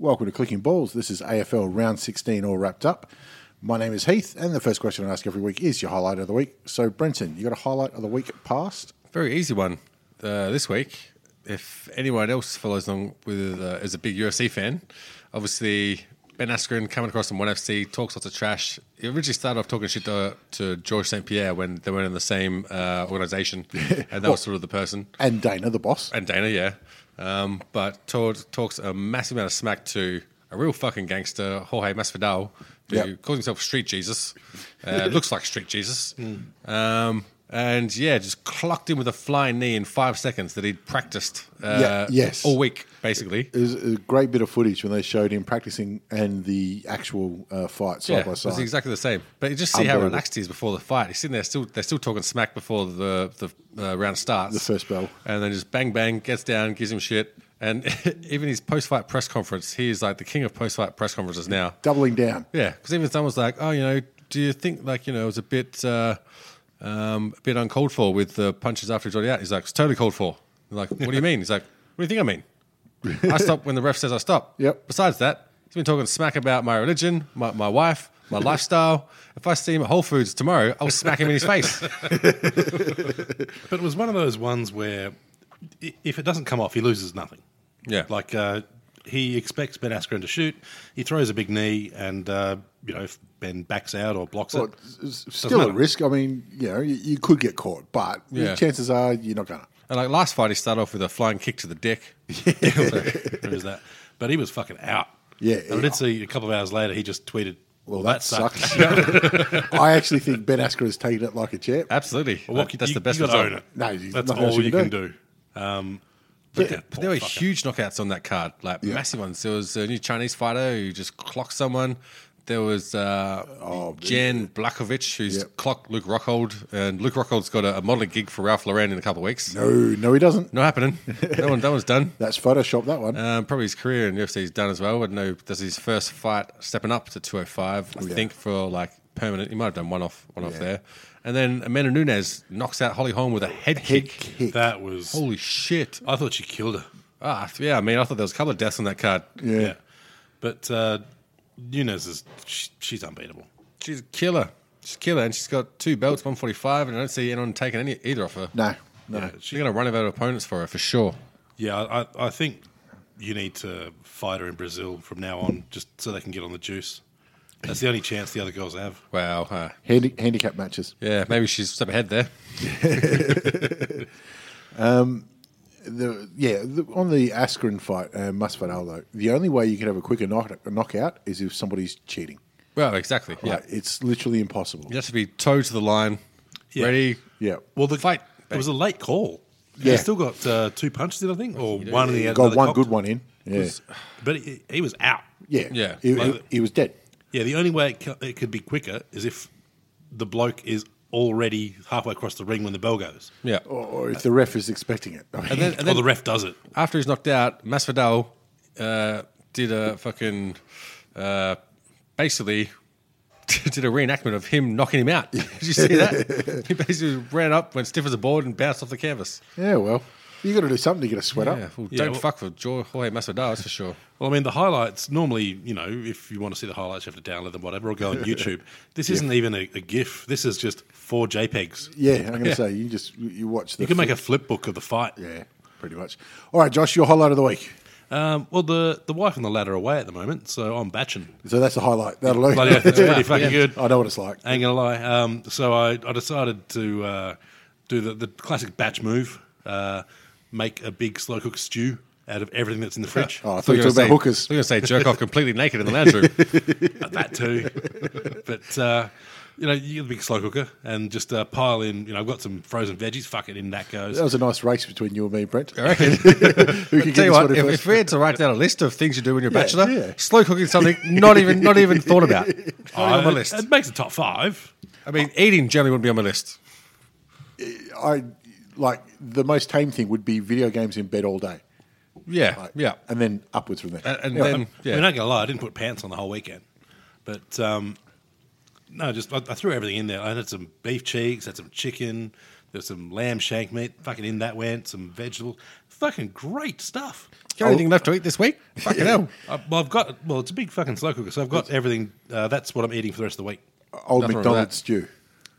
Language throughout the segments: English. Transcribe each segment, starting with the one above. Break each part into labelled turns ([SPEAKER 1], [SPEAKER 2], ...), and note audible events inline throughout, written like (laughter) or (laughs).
[SPEAKER 1] Welcome to Clicking Balls. This is AFL Round 16 all wrapped up. My name is Heath, and the first question I ask every week is your highlight of the week. So, Brenton, you got a highlight of the week past?
[SPEAKER 2] Very easy one uh, this week. If anyone else follows along with uh, is a big UFC fan, obviously Ben Askren coming across from ONE FC talks lots of trash. He originally started off talking shit to, to George St Pierre when they were in the same uh, organization, and that was sort of the person
[SPEAKER 1] And Dana, the boss.
[SPEAKER 2] and Dana, yeah. Um, but Todd talks a massive amount of smack to a real fucking gangster, Jorge Masvidal, who
[SPEAKER 1] Yep.
[SPEAKER 2] calls himself Street Jesus.
[SPEAKER 1] (laughs)
[SPEAKER 2] Uh, looks like Street Jesus.
[SPEAKER 1] Hmm.
[SPEAKER 2] Um, and yeah, just clocked him with a flying knee in five seconds that he'd practiced uh,
[SPEAKER 1] Yeah, yes.
[SPEAKER 2] all week, basically.
[SPEAKER 1] It was a great bit of footage when they showed him practicing and the actual uh, fight side
[SPEAKER 2] Yeah,
[SPEAKER 1] by
[SPEAKER 2] it's
[SPEAKER 1] side.
[SPEAKER 2] exactly the same. But you just see how
[SPEAKER 1] Unbelievable.
[SPEAKER 2] relaxed he is before the fight. He's sitting there still. They're still talking smack before the the uh, round starts.
[SPEAKER 1] The first bell.
[SPEAKER 2] and then just bang bang gets down, gives him shit. And (laughs) even his post fight press conference, he is like the king of post fight press conferences now.
[SPEAKER 1] Doubling down.
[SPEAKER 2] Yeah, because even someone was like, "Oh, you know, do you think like you know it was a bit, uh, um, a bit uncalled for with the punches after he's already out?" He's like, "It's totally called for." I'm like, what do
[SPEAKER 3] (laughs)
[SPEAKER 2] you mean? He's like, "What do you think I mean? I stop when the ref says I
[SPEAKER 3] (laughs)
[SPEAKER 2] stop."
[SPEAKER 1] Yep.
[SPEAKER 2] Besides that, he's been talking smack about my religion, my, my wife, my
[SPEAKER 3] (laughs)
[SPEAKER 2] lifestyle. If I see him at Whole Foods tomorrow, I'll smack him in his face. (laughs)
[SPEAKER 3] But it was one of those ones where i- if it doesn't come off, he loses nothing.
[SPEAKER 2] Yeah.
[SPEAKER 3] Like uh, he expects Ben Askren to shoot. He throws a big knee, and uh, you know if Ben backs out or blocks
[SPEAKER 1] Well,
[SPEAKER 3] (laughs) it,
[SPEAKER 1] it's- it's
[SPEAKER 3] doesn't
[SPEAKER 1] still at
[SPEAKER 3] matter.
[SPEAKER 1] risk. I mean, you know, you, you could get caught, but
[SPEAKER 2] Yeah.
[SPEAKER 1] chances are you're not going to.
[SPEAKER 2] And like last fight, he started off with a flying kick to the
[SPEAKER 3] (laughs)
[SPEAKER 2] dick.
[SPEAKER 3] There is that. But he was fucking out.
[SPEAKER 1] Yeah,
[SPEAKER 3] And I
[SPEAKER 1] yeah.
[SPEAKER 3] did see a couple of hours later. He just tweeted, "Well,
[SPEAKER 1] that
[SPEAKER 3] that, sucks."
[SPEAKER 1] sucks. (laughs) I actually think Ben Asker has taken it like a champ.
[SPEAKER 2] Absolutely,
[SPEAKER 3] Well, what
[SPEAKER 2] (laughs) That-
[SPEAKER 3] can-
[SPEAKER 2] that's
[SPEAKER 3] you-
[SPEAKER 2] the best
[SPEAKER 3] you gotta
[SPEAKER 2] result.
[SPEAKER 3] own it.
[SPEAKER 1] No, you-
[SPEAKER 3] that's
[SPEAKER 1] nothing else
[SPEAKER 3] all
[SPEAKER 1] you
[SPEAKER 3] you
[SPEAKER 1] can
[SPEAKER 3] can do. Um, but that poor
[SPEAKER 2] There were
[SPEAKER 3] fucker.
[SPEAKER 2] huge knockouts on that card, like massive ones. There was a new Chinese fighter who just clocked someone. There was uh, Jen Blakovic, who's
[SPEAKER 1] Yep.
[SPEAKER 2] clocked Luke Rockhold, and Luke Rockhold's got a, a modeling gig for Ralph Lauren in a couple of weeks.
[SPEAKER 1] No, no, he doesn't.
[SPEAKER 2] Not happening. That one, that one's done.
[SPEAKER 1] That's Photoshop, that one.
[SPEAKER 2] Um, probably his career in UFC is done as well. I don't know. Does his first fight stepping up to 205? I think for like permanent. He might have done one off, one off there. And then Amanda Nunes knocks out Holly Holm with a head, kick.
[SPEAKER 3] That was.
[SPEAKER 2] Holy shit!
[SPEAKER 3] I thought she killed her.
[SPEAKER 2] Ah, yeah. I mean, I thought there was a couple of deaths on that card.
[SPEAKER 1] Yeah.
[SPEAKER 3] But uh, Nunes is she, she's unbeatable.
[SPEAKER 2] She's a killer. She's a killer, and she's got two belts, 145, and I don't see anyone taking any either of her.
[SPEAKER 1] no, no.
[SPEAKER 3] Yeah,
[SPEAKER 2] She's going to run over opponents for her for sure.
[SPEAKER 3] Yeah, I, I- I think you need to fight her in Brazil from now on, just so they can get on the juice. That's the only chance the other girls have.
[SPEAKER 2] Wow. huh.
[SPEAKER 1] Handi- handicap matches.
[SPEAKER 2] uh, yeah, maybe she's a step ahead there.
[SPEAKER 1] The, yeah, the, on the Askren fight, uh, Masvidal though, the only way you can have a quicker knock, a knockout is if somebody's cheating.
[SPEAKER 2] Well, exactly. Yeah.
[SPEAKER 1] Like, it's literally impossible.
[SPEAKER 2] You have to be toe to the line,
[SPEAKER 3] Yeah.
[SPEAKER 2] ready.
[SPEAKER 1] Yeah,
[SPEAKER 3] Well, the
[SPEAKER 2] Fight.
[SPEAKER 3] It was a late call.
[SPEAKER 1] Yeah.
[SPEAKER 3] He still got uh, two punches in, I think, or one. And he had
[SPEAKER 1] got
[SPEAKER 3] another
[SPEAKER 1] one
[SPEAKER 3] cocked.
[SPEAKER 1] good one in. Yeah,
[SPEAKER 3] but he, he was out.
[SPEAKER 1] yeah,
[SPEAKER 2] Yeah.
[SPEAKER 1] He,
[SPEAKER 3] Like-
[SPEAKER 1] he- he was dead.
[SPEAKER 3] Yeah, the only way it, co- it could be quicker is if the bloke is already halfway across the ring when the bell goes,
[SPEAKER 2] Yeah.
[SPEAKER 1] Or, or if the ref is expecting it. I mean,
[SPEAKER 2] And then, and
[SPEAKER 3] or
[SPEAKER 2] then
[SPEAKER 3] the ref does it.
[SPEAKER 2] after he's knocked out, Masvidal uh, did a fucking uh, basically (laughs) did a reenactment of him knocking him out. (laughs) Did you
[SPEAKER 1] (laughs)
[SPEAKER 2] see that? he basically ran up, went stiff as a board, and bounced off the canvas.
[SPEAKER 1] yeah, well, you got to do something to get a sweat
[SPEAKER 2] Yeah,
[SPEAKER 1] up.
[SPEAKER 2] well,
[SPEAKER 3] Yeah,
[SPEAKER 2] don't
[SPEAKER 3] well-
[SPEAKER 2] fuck with Jo- Jorge Masvidal, that's for sure.
[SPEAKER 3] Well, I mean, the highlights normally, you know, if you want to see the highlights, you have to download them, whatever, or go on (laughs) YouTube. This isn't even a, a GIF. This is just four JPEGs.
[SPEAKER 1] Yeah, I'm going to say you just you watch the.
[SPEAKER 3] You can make a flip book of the fight.
[SPEAKER 1] yeah, pretty much. All right, Josh, your highlight of the week.
[SPEAKER 3] Um, well, the, the wife and the lad are away at the moment, so I'm batching.
[SPEAKER 1] So that's the highlight. That'll do.
[SPEAKER 3] Bloody oath,
[SPEAKER 1] (laughs)
[SPEAKER 3] it's pretty fucking good.
[SPEAKER 1] I know what it's like.
[SPEAKER 3] I ain't gonna lie. Um, so I, I decided to uh, do the, the classic batch move, uh, make a big slow cook stew out of everything that's in the fridge.
[SPEAKER 1] (laughs) Oh, I thought you were talking about hookers.
[SPEAKER 2] You're going to say jerk off completely naked in the lounge
[SPEAKER 1] (laughs)
[SPEAKER 2] room.
[SPEAKER 3] Uh, that too. but uh, you know, you get the big slow cooker and just uh, pile in. You know, I've got some frozen veggies. Fuck it, in that goes.
[SPEAKER 1] That was a nice race between you and me, Brent.
[SPEAKER 2] I reckon.
[SPEAKER 1] Who can
[SPEAKER 2] Tell
[SPEAKER 1] get
[SPEAKER 2] you what,
[SPEAKER 1] this
[SPEAKER 2] if,
[SPEAKER 1] one
[SPEAKER 2] if we had to write down a list of things you do when you're a bachelor,
[SPEAKER 1] yeah.
[SPEAKER 2] slow cooking is something not even not even
[SPEAKER 1] (laughs)
[SPEAKER 2] thought about. Not even on my
[SPEAKER 3] it-
[SPEAKER 2] list.
[SPEAKER 3] It makes the top five.
[SPEAKER 2] I mean, eating generally wouldn't be on my list.
[SPEAKER 1] I like the most tame thing would be video games in bed all day.
[SPEAKER 2] Yeah,
[SPEAKER 1] Like,
[SPEAKER 2] yeah.
[SPEAKER 1] and then upwards from there.
[SPEAKER 2] And, and
[SPEAKER 1] Anyway,
[SPEAKER 2] then, yeah.
[SPEAKER 3] I mean, not gonna lie, I didn't put pants on the whole weekend, but um, no, just I, I threw everything in there. I had some beef cheeks, had some chicken, there's some lamb shank meat. Fucking in that went some vegetables. Fucking great stuff.
[SPEAKER 2] Got anything left to eat this week?
[SPEAKER 1] (laughs)
[SPEAKER 2] Fucking hell.
[SPEAKER 3] I, well, I've got well, it's a big fucking slow cooker, so I've got everything. Uh, that's what I'm eating for the rest of the week,
[SPEAKER 1] old
[SPEAKER 2] nothing wrong with
[SPEAKER 1] McDonald's
[SPEAKER 2] that.
[SPEAKER 1] stew.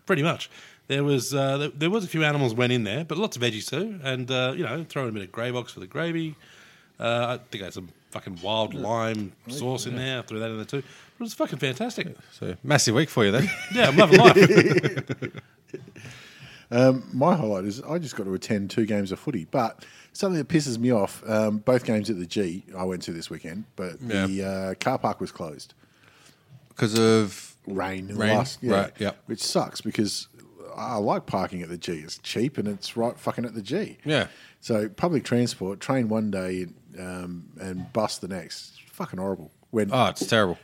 [SPEAKER 3] pretty much. There was uh, there, there was a few animals went in there, but lots of veggies too, and uh, you know, throw in a bit of grey box for the gravy. Uh, I think I had some fucking wild lime sauce in there. I threw that in there too. It was fucking fantastic.
[SPEAKER 2] So, massive week for
[SPEAKER 1] (laughs)
[SPEAKER 2] you then.
[SPEAKER 3] Yeah, I'm loving life.
[SPEAKER 1] My highlight is I just got to attend two games of footy, but something that pisses me off. Um, both games at the G I went to this weekend, but the
[SPEAKER 2] Yeah.
[SPEAKER 1] uh, car park was closed.
[SPEAKER 2] Because of.
[SPEAKER 1] Rain, in the
[SPEAKER 2] Rain,
[SPEAKER 1] last, yeah,
[SPEAKER 2] right, yep.
[SPEAKER 1] which sucks because I like parking at the G. It's cheap and it's right fucking at the G.
[SPEAKER 2] Yeah.
[SPEAKER 1] So public transport, train one day um, and bus the next. It's fucking horrible. When
[SPEAKER 2] Oh,
[SPEAKER 1] (laughs)
[SPEAKER 2] it's terrible.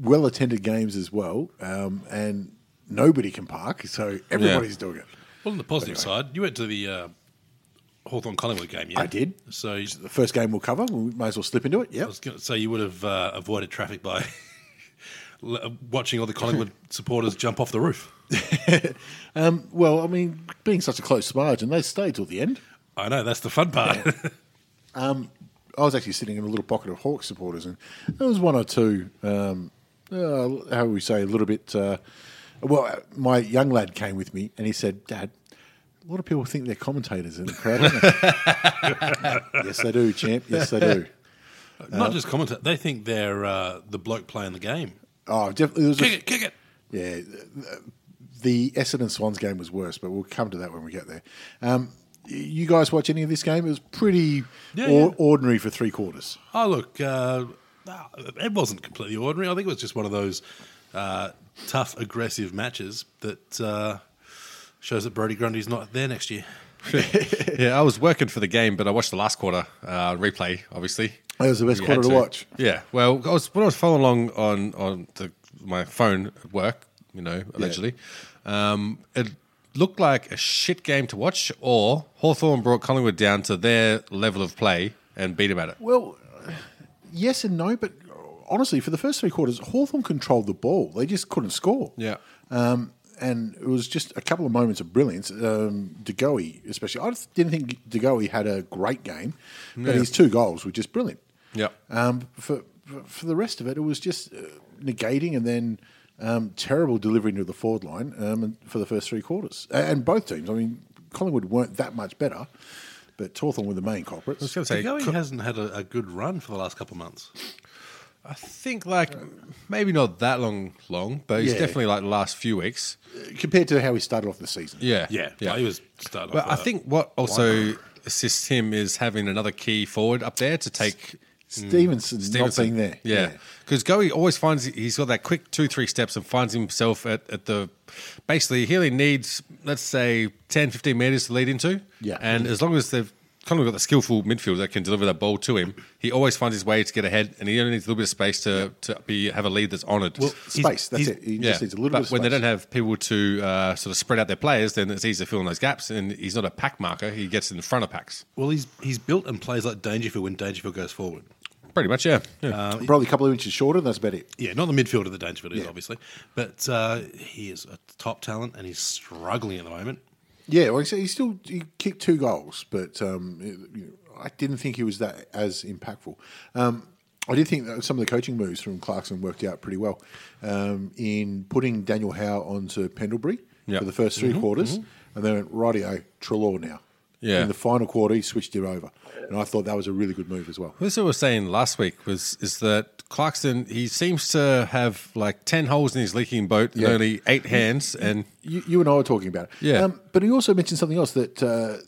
[SPEAKER 1] well attended games as well, um, and nobody can park, so everybody's doing it.
[SPEAKER 3] well, on the positive side, you went to the uh, Hawthorne Collingwood game, yeah?
[SPEAKER 1] I did.
[SPEAKER 3] So, you,
[SPEAKER 1] The first game we'll cover, we may as well slip into it.
[SPEAKER 3] I
[SPEAKER 1] Yep.
[SPEAKER 3] was gonna, so you would have uh, avoided traffic by (laughs) l- watching all the Collingwood (laughs) supporters jump off the roof.
[SPEAKER 1] Um, well, I mean, being such a close margin, they stayed till the end.
[SPEAKER 3] I know that's the fun part.
[SPEAKER 1] Um, I was actually sitting in a little pocket of Hawks supporters, and there was one or two, um, uh, how would we say, a little bit. Uh, well, my young lad came with me, and he said, "Dad, a lot of people think they're commentators in the crowd." don't they?" (laughs) yes, they do, champ. Yes, they do.
[SPEAKER 3] Not just commentators; they think they're uh, the bloke playing the game.
[SPEAKER 1] Oh, definitely. There was
[SPEAKER 3] Kick
[SPEAKER 1] a,
[SPEAKER 3] it, kick it.
[SPEAKER 1] yeah, the Essendon Swans game was worse, but we'll come to that when we get there. Um, you guys watch any of this game? It was pretty
[SPEAKER 3] Yeah,
[SPEAKER 1] or-
[SPEAKER 3] yeah.
[SPEAKER 1] ordinary for three quarters.
[SPEAKER 3] Oh, look, uh, ah, it wasn't completely ordinary. I think it was just one of those uh, tough, aggressive matches that uh, shows that Brody Grundy's not there next year. (laughs)
[SPEAKER 2] yeah, I was working for the game, but I watched the last quarter uh, replay, obviously.
[SPEAKER 1] That was the best
[SPEAKER 2] You
[SPEAKER 1] quarter
[SPEAKER 2] had
[SPEAKER 1] to watch.
[SPEAKER 2] Yeah. Well, I was, when I was following along on on the, my phone at work, you know, allegedly, um, it looked like a shit game to watch. Or Hawthorn brought Collingwood down to their level of play and beat them at it.
[SPEAKER 1] Well, yes and no, but honestly, for the first three quarters, Hawthorn controlled the ball. They just couldn't score.
[SPEAKER 2] Yeah.
[SPEAKER 1] Um, and it was just a couple of moments of brilliance. Um, DeGoey, especially. I just didn't think DeGoey had a great game, but his two goals were just brilliant.
[SPEAKER 2] Yeah.
[SPEAKER 1] Um, for for- for the rest of it, it was just uh, negating and then um, terrible delivery into the forward line um, and for the first three quarters. A- And both teams, I mean, Collingwood weren't that much better, but Hawthorn were the main culprits.
[SPEAKER 2] I was
[SPEAKER 3] So
[SPEAKER 2] going to
[SPEAKER 3] Goey
[SPEAKER 2] say,
[SPEAKER 3] hasn't had a, a good run for the last couple of months.
[SPEAKER 2] I think like maybe not that long, long, but it's
[SPEAKER 1] Yeah.
[SPEAKER 2] definitely like the last few weeks.
[SPEAKER 1] Compared to how he started off the season.
[SPEAKER 2] Yeah.
[SPEAKER 3] Yeah, he was starting.
[SPEAKER 2] But
[SPEAKER 3] off,
[SPEAKER 2] I
[SPEAKER 3] uh,
[SPEAKER 2] think what also assists him is having another key forward up there to take
[SPEAKER 1] Stevenson,
[SPEAKER 2] Stevenson.
[SPEAKER 1] not being there.
[SPEAKER 2] Yeah. Because Goey always finds he's got that quick two, three steps and finds himself at, at the basically he only needs, let's say, 10, 15 meters to lead into.
[SPEAKER 1] Yeah.
[SPEAKER 2] And as long as they've kind of got the skillful midfield that can deliver that ball to him, he always finds his way to get ahead and he only needs a little bit of space to, to be have a lead that's honoured.
[SPEAKER 1] Well, space, that's
[SPEAKER 3] he's-
[SPEAKER 1] it. He just needs a little
[SPEAKER 2] but
[SPEAKER 1] bit of space.
[SPEAKER 2] when they don't have people to uh, sort of spread out their players, then it's easy to fill in those gaps. And he's not a pack marker; he gets in front of packs.
[SPEAKER 3] well, he's he's built and plays like Dangerfield when Dangerfield goes forward.
[SPEAKER 2] Pretty much, yeah. yeah.
[SPEAKER 1] Probably a couple of inches shorter, that's about it.
[SPEAKER 3] Yeah, not the midfielder that Dangerfield is, obviously, but uh, he is a top talent and he's struggling at the moment.
[SPEAKER 1] Yeah, well, he said he still he kicked two goals, but um, it- you know, I didn't think he was that as impactful. Um, I did think that some of the coaching moves from Clarkson worked out pretty well um, in putting Daniel Howe onto Pendlebury
[SPEAKER 2] Yeah. Mm-hmm.
[SPEAKER 1] for the first 3 quarters, and then went, rightio, Trelaw now.
[SPEAKER 2] Yeah.
[SPEAKER 1] In the final quarter, he switched it over, and I thought that was a really good move as well.
[SPEAKER 2] This is what we were saying last week was is that Clarkson he seems to have like ten holes in his leaking boat and
[SPEAKER 1] Yeah.
[SPEAKER 2] only eight hands and
[SPEAKER 1] You, you and I were talking about it. Um,
[SPEAKER 2] Yeah.
[SPEAKER 1] but he also mentioned something else that uh,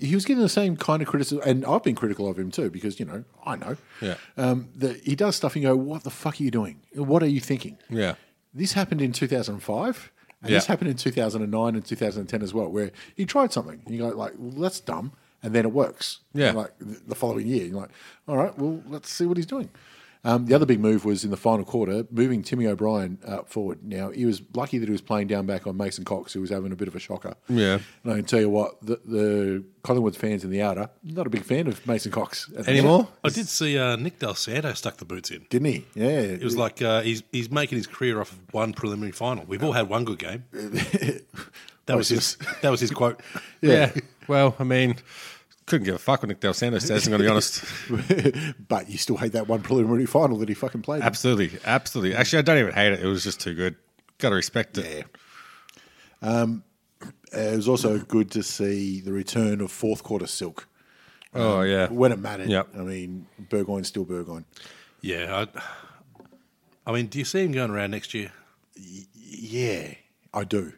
[SPEAKER 1] he was getting the same kind of criticism, and I've been critical of him too because you know I know.
[SPEAKER 2] Yeah.
[SPEAKER 1] Um, that he does stuff and you go, "What the fuck are you doing? What are you thinking?"
[SPEAKER 2] Yeah.
[SPEAKER 1] This happened in 2005. And
[SPEAKER 2] Yeah.
[SPEAKER 1] this happened in 2009 and 2010 as well, where he tried something. And you go like, well, that's dumb, and then it works.
[SPEAKER 2] Yeah.
[SPEAKER 1] And, Like th- the following year, you're like, all right, well, let's see what he's doing. Um, the other big move was in the final quarter, moving Timmy O'Brien up forward. Now he was lucky that he was playing down back on Mason Cox, who was having a bit of a shocker.
[SPEAKER 2] Yeah.
[SPEAKER 1] And I can tell you what, the, the Collingwood fans in the outer not a big fan of Mason Cox at the
[SPEAKER 2] anymore.
[SPEAKER 3] I did see uh, Nick Del Santo stuck the boots in.
[SPEAKER 1] minute, didn't he? Yeah.
[SPEAKER 3] It was like uh, he's he's making his career off of one preliminary final. We've all had one
[SPEAKER 2] (laughs)
[SPEAKER 3] good game. That was his that was his quote.
[SPEAKER 2] Yeah. Well, I mean, couldn't give a fuck what Nick Del Santo says. I'm going to be honest.
[SPEAKER 1] (laughs) but you still hate that one preliminary final that he fucking played. in.
[SPEAKER 2] Absolutely, absolutely. Actually, I don't even hate it. It was just too good. Got to respect it.
[SPEAKER 1] Uh, it was also good to see the return of fourth quarter silk
[SPEAKER 2] Oh yeah.
[SPEAKER 1] when it mattered.
[SPEAKER 2] Yep.
[SPEAKER 1] I mean, Burgoyne's still Burgoyne.
[SPEAKER 3] Yeah, I, I mean, do you see him going around next year?
[SPEAKER 1] Yeah, I do.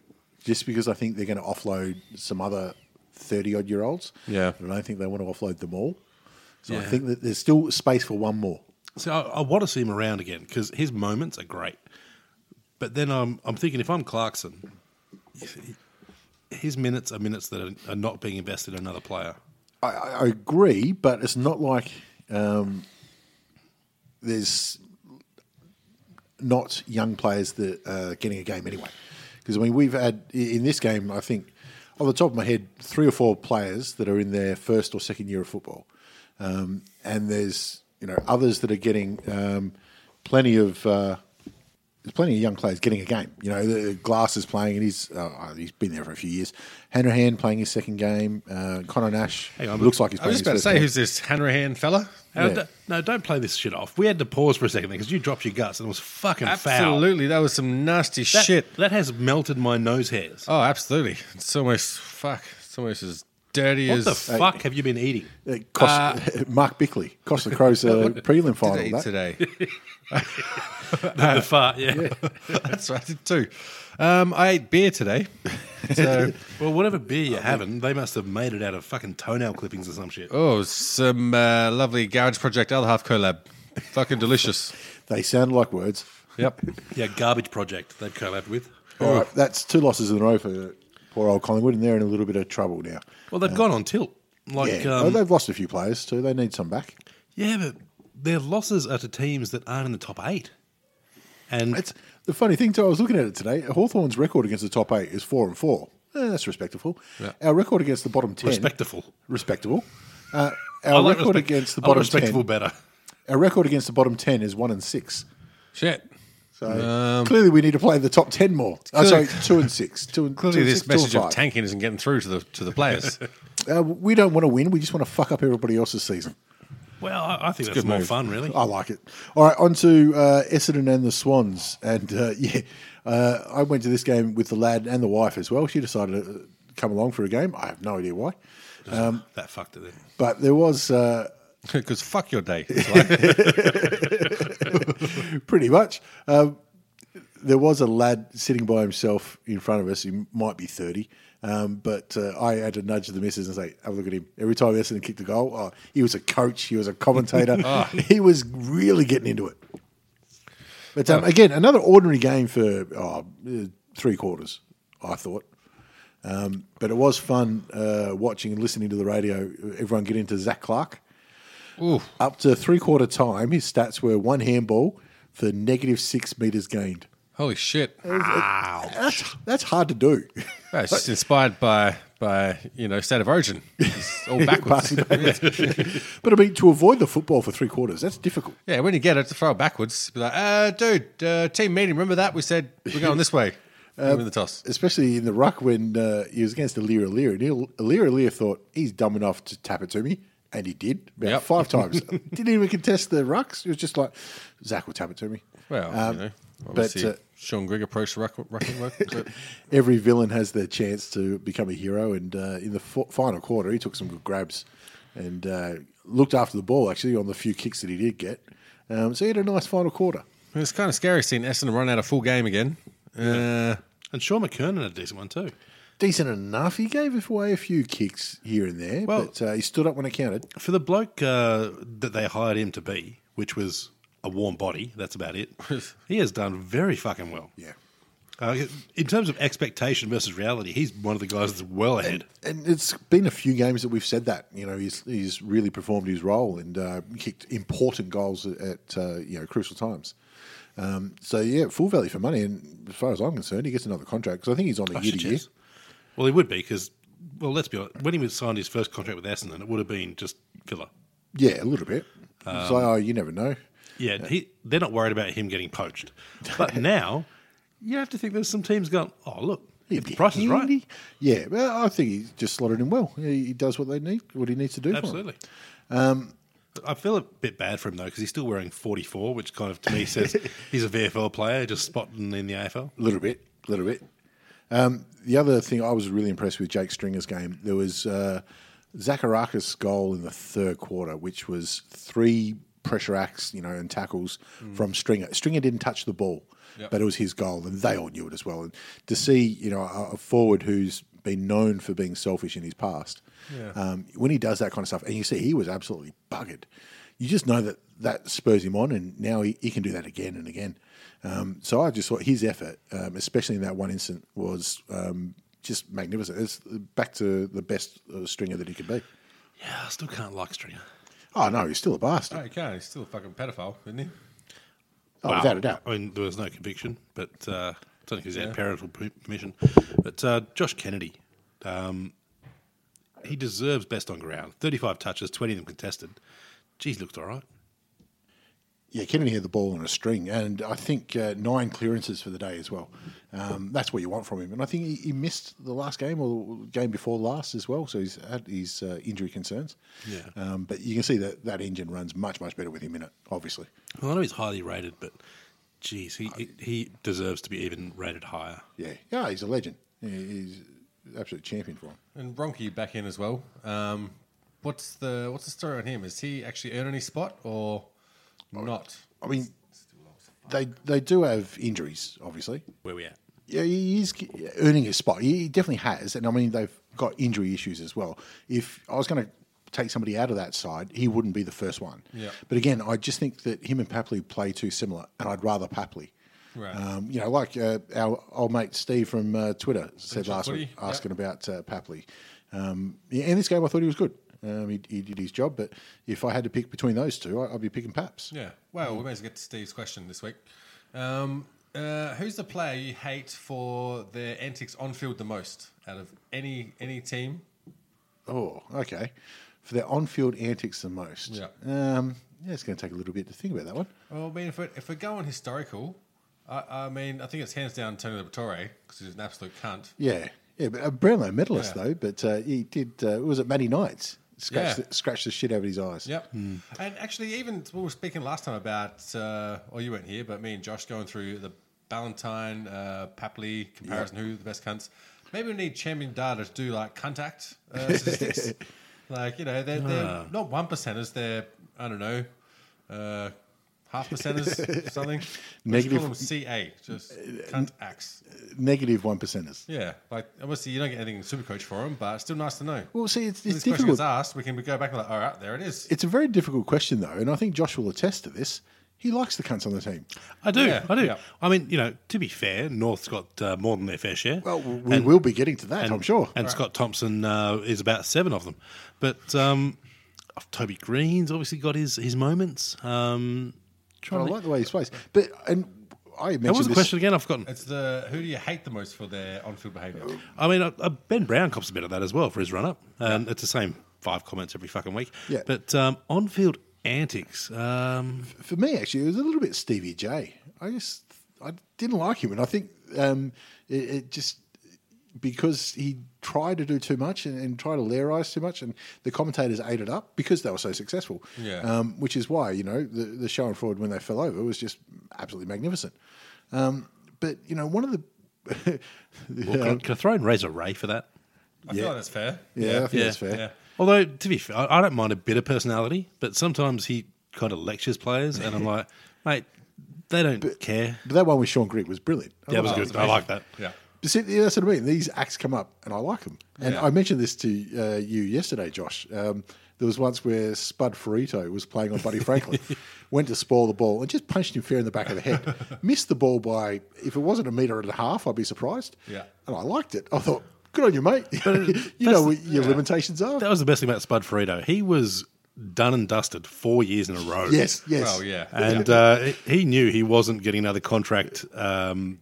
[SPEAKER 1] Just because I think they're going to offload some other 30 odd year olds.
[SPEAKER 2] Yeah.
[SPEAKER 1] And I don't think they want to offload them all. So I
[SPEAKER 3] Yeah.
[SPEAKER 1] think that there's still space for one more.
[SPEAKER 3] So I, I want to see him around again because his moments are great. But then I'm I'm thinking if I'm Clarkson, his minutes are minutes that are, are not being invested in another player.
[SPEAKER 1] I, I I agree, but it's not like um, there's not young players that are getting a game anyway. Because I mean, we've had i- in this game, I think, on the top of my head, three or four players that are in their first or second year of football, um, and there's you know others that are getting um, plenty of. Uh, there's plenty of young players getting a game. You know, the uh, Glass is playing, and he's uh, he's been there for a few years. Hanrahan playing his second game. Uh, Connor Nash
[SPEAKER 3] on,
[SPEAKER 1] looks like he's
[SPEAKER 2] I
[SPEAKER 1] playing.
[SPEAKER 2] was just about to
[SPEAKER 1] his
[SPEAKER 2] say,
[SPEAKER 1] first
[SPEAKER 2] who's this Hanrahan fella?
[SPEAKER 3] Now, don't- no, don't play this shit off. We had to pause for a second because you dropped your guts and it was fucking foul.
[SPEAKER 2] Absolutely, that was some nasty
[SPEAKER 3] That-
[SPEAKER 2] shit.
[SPEAKER 3] that has melted my nose hairs.
[SPEAKER 2] Oh, absolutely. It's almost fuck. It's almost as dirty
[SPEAKER 3] what
[SPEAKER 2] as
[SPEAKER 3] the fuck have you
[SPEAKER 1] (laughs)
[SPEAKER 3] been eating?
[SPEAKER 1] game. Uh, cost, (laughs) Mark Bickley cost the Crows
[SPEAKER 3] (laughs)
[SPEAKER 1] uh, prelim
[SPEAKER 2] I
[SPEAKER 1] final.
[SPEAKER 2] did
[SPEAKER 1] that.
[SPEAKER 2] today.
[SPEAKER 3] the fart, yeah.
[SPEAKER 2] (laughs) That's right, I did too. Um, I ate beer today. So, (laughs)
[SPEAKER 3] Well, whatever beer
[SPEAKER 1] Oh,
[SPEAKER 3] you're having, they must have made it out of fucking toenail clippings or some shit.
[SPEAKER 2] oh, some uh, lovely Garage Project Other Half collab. Fucking delicious.
[SPEAKER 1] They sound like words.
[SPEAKER 2] Yep.
[SPEAKER 3] Yeah, garbage project they've collabed with.
[SPEAKER 1] All right, that's two losses in a row for poor old Collingwood, and they're in a little bit of trouble now.
[SPEAKER 3] Well, they've gone on tilt. Like,
[SPEAKER 1] yeah,
[SPEAKER 3] yeah,
[SPEAKER 1] Oh,
[SPEAKER 3] um,
[SPEAKER 1] they've lost a few players too. They need some back.
[SPEAKER 3] yeah, but their losses are to teams that aren't in the top eight. And
[SPEAKER 1] It's the funny thing too. I was looking at it today. Hawthorn's record against the top eight is four and four. Eh, that's respectable. Our record against the bottom ten
[SPEAKER 3] respectful.
[SPEAKER 1] respectable. Uh,
[SPEAKER 3] I
[SPEAKER 1] our
[SPEAKER 3] like
[SPEAKER 1] record
[SPEAKER 3] respect-
[SPEAKER 1] against the
[SPEAKER 3] I like
[SPEAKER 1] bottom
[SPEAKER 3] respectful
[SPEAKER 1] ten.
[SPEAKER 3] better.
[SPEAKER 1] Our record against the bottom ten is one and six.
[SPEAKER 2] Shit.
[SPEAKER 1] So clearly, we need to play the top ten more. Oh, sorry,
[SPEAKER 2] Um, Clearly-
[SPEAKER 1] two and six. Two and
[SPEAKER 2] Clearly,
[SPEAKER 1] two and
[SPEAKER 2] this
[SPEAKER 1] six, two and
[SPEAKER 2] message of
[SPEAKER 1] five.
[SPEAKER 2] tanking isn't getting through to the to the (laughs) players.
[SPEAKER 1] Uh, we don't want to win. We just want to fuck up everybody else's season.
[SPEAKER 3] Well, I, I think that's more
[SPEAKER 2] move.
[SPEAKER 3] fun, really.
[SPEAKER 1] I like it. All right, on to uh, Essendon and the Swans. And uh, (laughs) yeah, uh, I went to this game with the lad and the wife as well. She decided to come along for a game. I have no idea why.
[SPEAKER 3] that fucked it then.
[SPEAKER 1] But there was uh,
[SPEAKER 2] Because fuck your (laughs) day. It's like,
[SPEAKER 1] pretty much. Um, there was a lad sitting by himself in front of us. He might be 30. Um, but uh, I had to nudge the missus and say, have a look at him. Every time Essendon kicked a goal, oh, he was a coach, he was a commentator. He was really getting into it. But um, again, another ordinary game for oh, uh, three quarters, I thought. Um, but it was fun uh, watching and listening to the radio. Everyone get into Zach Clark
[SPEAKER 2] ooh,
[SPEAKER 1] up to three quarter time, his stats were one handball for negative six meters gained.
[SPEAKER 2] holy shit.
[SPEAKER 1] That's that's hard to do. (laughs)
[SPEAKER 2] Well, it's just inspired by by you know state of origin. It's (laughs) all backwards.
[SPEAKER 1] Passing backwards. (laughs) but I mean, to avoid the football for three quarters, that's difficult.
[SPEAKER 2] yeah, when you get it to throw it backwards, be like, uh, dude, uh, team meeting. Remember that we said we're going this (laughs) way. Remember the toss.
[SPEAKER 1] Especially in the ruck when uh, he was against Alir Alir. And Alir Alir thought, he's dumb enough to tap it to me. And he did about
[SPEAKER 2] Yep. (laughs)
[SPEAKER 1] five times. Didn't even contest the rucks. It was just like, Zach will tap it to me.
[SPEAKER 2] Well, you know,
[SPEAKER 1] Uh, but
[SPEAKER 2] obviously-
[SPEAKER 1] uh,
[SPEAKER 2] Sean Grigg approached (laughs) Ruckenberg.
[SPEAKER 1] Every villain has their chance to become a hero, and uh, in the f- final quarter, he took some good grabs and uh, looked after the ball actually on the few kicks that he did get. Um, so he had a nice final quarter.
[SPEAKER 2] It was kind of scary seeing Essendon run out a full game again. Uh,
[SPEAKER 3] And Sean McKernan had a decent one too.
[SPEAKER 1] Decent enough. He gave away a few kicks here and there,
[SPEAKER 3] Well-
[SPEAKER 1] but uh, he stood up when it counted.
[SPEAKER 3] For the bloke uh, that they hired him to be, which was a warm body, that's
[SPEAKER 1] (laughs)
[SPEAKER 3] about it. he has done very fucking well.
[SPEAKER 1] Yeah.
[SPEAKER 3] Uh, in terms of expectation versus reality, he's one of the guys that's well ahead.
[SPEAKER 1] And it's been a few games that we've said that you know he's he's really performed his role and uh, kicked important goals at, at uh, you know crucial times. Um, so yeah, full value for money. And as far as I'm concerned, he gets another contract because I think he's on a year to year.
[SPEAKER 3] Yes. Well, he would be because, well, let's be honest. When he was signed his first contract with Essendon, it would have been just filler.
[SPEAKER 1] Yeah, a little bit. it's like oh, you never know.
[SPEAKER 3] Yeah, He, they're not worried about him getting poached.
[SPEAKER 1] (laughs)
[SPEAKER 3] But now, you have to think there's some teams going, oh, look, if the price is right.
[SPEAKER 1] Handy. Yeah, well, I think he's just slotted in well. He he does what they need, what he needs to do. for 'em.
[SPEAKER 3] Absolutely. Um, I feel a bit bad for him, though, because he's still wearing 44, which kind of to me (laughs) says he's a VFL player, just spotting in the AFL.
[SPEAKER 1] A little bit, a little bit. Um, the other thing I was really impressed with Jake Stringer's game. There was uh, Zacharakis' goal in the third quarter, which was three pressure acts, you know, and tackles from Stringer. Stringer didn't touch the ball, but it was his goal, and they all knew it as well. And to see, you know, a, a forward who's been known for being selfish in his past, um, when he does that kind of stuff, and you see he was absolutely buggered. You just know that that spurs him on, and now he, he can do that again and again. Um, so I just thought his effort, um, especially in that one instant, was um, just magnificent. It's back to the best uh, stringer that he could be.
[SPEAKER 3] Yeah, I still can't like Stringer.
[SPEAKER 1] Oh no, he's still a bastard,
[SPEAKER 2] oh, he can. He's still a fucking pedophile, isn't he?
[SPEAKER 1] oh,
[SPEAKER 3] Well,
[SPEAKER 1] without a doubt.
[SPEAKER 3] I mean, there was no conviction, but uh, it's only because he had parental p- permission. But uh, Josh Kennedy, um, he deserves best on ground. 35 touches, 20 of them contested. Geez, looked all right.
[SPEAKER 1] Yeah, Kennedy had the ball on a string, and I think uh, nine clearances for the day as well. Um, that's what you want from him, and I think he, he missed the last game or game before last as well, so he's had his uh, injury concerns.
[SPEAKER 3] Yeah.
[SPEAKER 1] um, but you can see that that engine runs much much better with him in it, obviously.
[SPEAKER 3] Well, I know he's highly rated, but geez, he, he, he deserves to be even rated higher.
[SPEAKER 1] Yeah, yeah, he's a legend. He- He's an absolute champion for him.
[SPEAKER 2] And Ronke back in as well. Um, what's the what's the story on him? Is he actually earned any spot or not?
[SPEAKER 1] I mean, they they do have injuries, obviously.
[SPEAKER 3] Where we at?
[SPEAKER 1] Yeah, he is earning his spot. He definitely has, and I mean they've got injury issues as well. If I was going to take somebody out of that side, he wouldn't be the first one.
[SPEAKER 2] Yeah.
[SPEAKER 1] But again, I just think that him and Papley play too similar, and I'd rather Papley.
[SPEAKER 2] Right.
[SPEAKER 1] Um, you know, like uh, our old mate Steve from uh, Twitter said
[SPEAKER 2] Central
[SPEAKER 1] last
[SPEAKER 2] footy,
[SPEAKER 1] week,
[SPEAKER 2] yeah.
[SPEAKER 1] asking about uh, Papley. Um, yeah, in this game, I thought he was good. Um, he, he did his job, but if I had to pick between those two, I, I'd be picking Paps.
[SPEAKER 2] Yeah. Well, we may as well get to Steve's question this week. Um, uh, who's the player you hate for their antics on field the most out of any any team?
[SPEAKER 1] Oh, okay. For their on-field antics the most.
[SPEAKER 2] Yeah.
[SPEAKER 1] Um, yeah, it's going to take a little bit to think about that one.
[SPEAKER 2] Well, I mean, if we're, if we're going historical, I, I mean, I think it's hands down Tony Labatore because he's an absolute cunt.
[SPEAKER 1] Yeah. Yeah, but a Brownlow medalist
[SPEAKER 2] Yeah.
[SPEAKER 1] though, but uh, he did. Uh, was it Matty Knights? Scratched,
[SPEAKER 2] Yeah.
[SPEAKER 1] the, scratched the shit out of his eyes.
[SPEAKER 2] Yep. And actually, even we were speaking last time about, uh, well, you weren't here, but me and Josh going through the Ballantyne, uh, Papley comparison, who the best cunts. Maybe we need champion data to do like contact uh, statistics. like, you know, they're, they're not one percenters, they're, I don't know, uh, half percenters, something. We should
[SPEAKER 1] Negative-
[SPEAKER 2] call them CA, just cunt acts.
[SPEAKER 1] Negative one percenters.
[SPEAKER 2] Yeah. Like, obviously, you don't get anything in Supercoach for them, but still nice to know.
[SPEAKER 1] Well, see, it's,
[SPEAKER 2] When
[SPEAKER 1] it's
[SPEAKER 2] this question
[SPEAKER 1] difficult.
[SPEAKER 2] gets asked, we can go back and like, all right, there it is.
[SPEAKER 1] It's a very difficult question though, and I think Josh will attest to this. He likes the cunts on the team.
[SPEAKER 3] I do,
[SPEAKER 2] Yeah,
[SPEAKER 3] I do.
[SPEAKER 2] yeah.
[SPEAKER 3] I mean, you know, to be fair, North's got uh, more than their fair share.
[SPEAKER 1] Well, we will be getting to that,
[SPEAKER 3] and,
[SPEAKER 1] I'm sure.
[SPEAKER 3] And Scott Thompson uh, is about seven of them. But um, Toby Green's obviously got his his moments. Um,
[SPEAKER 1] I
[SPEAKER 3] trying to-
[SPEAKER 1] like the way he plays. But and I mentioned
[SPEAKER 3] what was the
[SPEAKER 1] this-
[SPEAKER 3] question again? I've forgotten.
[SPEAKER 2] It's the who do you hate the most for their on-field behaviour?
[SPEAKER 3] I mean, uh, uh, Ben Brown cops a bit of that as well for his run up, and it's the same five comments every fucking week.
[SPEAKER 1] Yeah.
[SPEAKER 3] But um, on field
[SPEAKER 1] (laughs)
[SPEAKER 3] antics, um,
[SPEAKER 1] for me actually it was a little bit Stevie J. I just I didn't like him, and I think um, it, it just because he tried to do too much and, and tried to lairize too much, and the commentators ate it up because they were so successful.
[SPEAKER 2] Yeah.
[SPEAKER 1] um, which is why you know the, the show and forward when they fell over was just absolutely magnificent. Um, But you know, one of the, (laughs) the,
[SPEAKER 3] Well,
[SPEAKER 1] um,
[SPEAKER 3] can, can I throw in Razor Ray for that?
[SPEAKER 2] I feel like that's fair.
[SPEAKER 1] yeah, I think that's fair.
[SPEAKER 2] yeah.
[SPEAKER 3] Although to be fair, I, I don't mind a bit of personality, but sometimes he kind of lectures players,
[SPEAKER 2] (laughs)
[SPEAKER 3] and I'm like, mate, they don't care.
[SPEAKER 1] But that one with Sean Grigg was brilliant. I
[SPEAKER 3] That was
[SPEAKER 1] loved
[SPEAKER 3] good. I like that.
[SPEAKER 2] Yeah.
[SPEAKER 1] But see, yeah, that's what I mean. These acts come up, and I like them. And I mentioned this to uh, you yesterday, Josh. Um, there was once where Spud Ferrito was playing on Buddy Franklin, went to spoil the ball, and just punched him fair in the back of the head. Missed the ball by, if it wasn't a metre and a half, I'd be surprised.
[SPEAKER 2] Yeah.
[SPEAKER 1] And I liked it. I thought, good on you, mate. (laughs) you know what your limitations are.
[SPEAKER 3] That was the best thing about Spud Ferrito. He was done and dusted four years in a row.
[SPEAKER 1] yes, yes.
[SPEAKER 2] Well, yeah.
[SPEAKER 1] (laughs)
[SPEAKER 3] and uh, he knew he wasn't getting another contract um,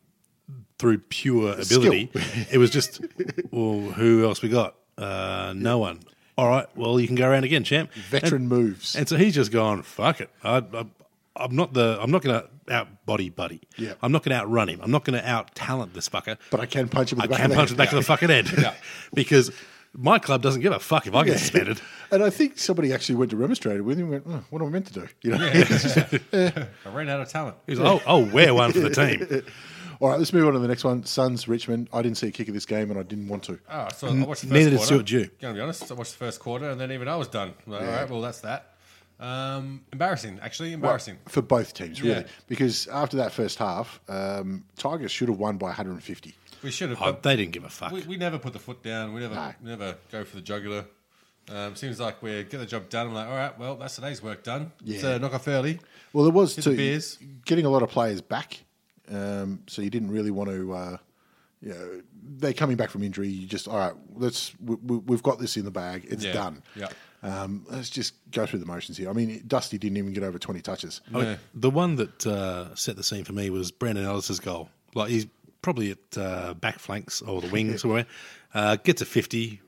[SPEAKER 3] through pure ability. it was just,
[SPEAKER 1] (laughs)
[SPEAKER 3] well, who else we got? Uh, no one. All right, well, you can go around again, champ.
[SPEAKER 1] Veteran
[SPEAKER 3] And-
[SPEAKER 1] moves.
[SPEAKER 3] And so he's just gone, fuck it. I, I, I'm not the. I'm not going to out body buddy.
[SPEAKER 1] Yeah.
[SPEAKER 3] I'm not going to outrun him. I'm not going to out talent this fucker.
[SPEAKER 1] but I can punch him in
[SPEAKER 3] I
[SPEAKER 1] the back
[SPEAKER 3] can
[SPEAKER 1] of the
[SPEAKER 3] punch
[SPEAKER 1] head.
[SPEAKER 3] him back to the fucking head. (laughs) because my club doesn't give a fuck if I get suspended.
[SPEAKER 1] And I think somebody actually went to remonstrate with him and went, oh, what am I meant to do? You know? (laughs)
[SPEAKER 2] I ran out of talent.
[SPEAKER 3] He's like, oh, I'll wear one for the team.
[SPEAKER 1] All right, let's move on to the next one. Suns, Richmond. I didn't see a kick of this game and I didn't want to.
[SPEAKER 2] Oh, so I watched the first
[SPEAKER 3] neither did
[SPEAKER 2] quarter.
[SPEAKER 3] Stuart Dew.
[SPEAKER 2] Gonna be honest, I watched the first quarter, and then even I was done. Like, All right, well that's that. Um, embarrassing, actually, embarrassing.
[SPEAKER 1] For both teams, really.
[SPEAKER 2] Yeah.
[SPEAKER 1] Because after that first half, um, Tigers should have won by 150.
[SPEAKER 2] We should have.
[SPEAKER 3] Oh,
[SPEAKER 2] but
[SPEAKER 3] they didn't give a fuck.
[SPEAKER 2] we, we never put the foot down. We never
[SPEAKER 1] No.
[SPEAKER 2] never go for the jugular. Um, seems like we get the job done. I'm like, all right, well that's today's work done.
[SPEAKER 1] Yeah.
[SPEAKER 2] So knock off early.
[SPEAKER 1] Well, there was
[SPEAKER 2] Hit
[SPEAKER 1] two.
[SPEAKER 2] the beers.
[SPEAKER 1] Getting a lot of players back. Um, so you didn't really want to. Uh, you know, they're coming back from injury. You just, all right, let's, we, we, we've got this in the bag. It's
[SPEAKER 2] Yeah.
[SPEAKER 1] done.
[SPEAKER 2] Yeah.
[SPEAKER 1] Um, let's just go through the motions here. I mean, Dusty didn't even get over 20 touches.
[SPEAKER 2] Oh,
[SPEAKER 3] I mean, the one that uh, set the scene for me was Brandon Ellis's goal. Like he's probably at uh, back flanks or the wing
[SPEAKER 1] (laughs)
[SPEAKER 3] somewhere. Uh, gets a fifty,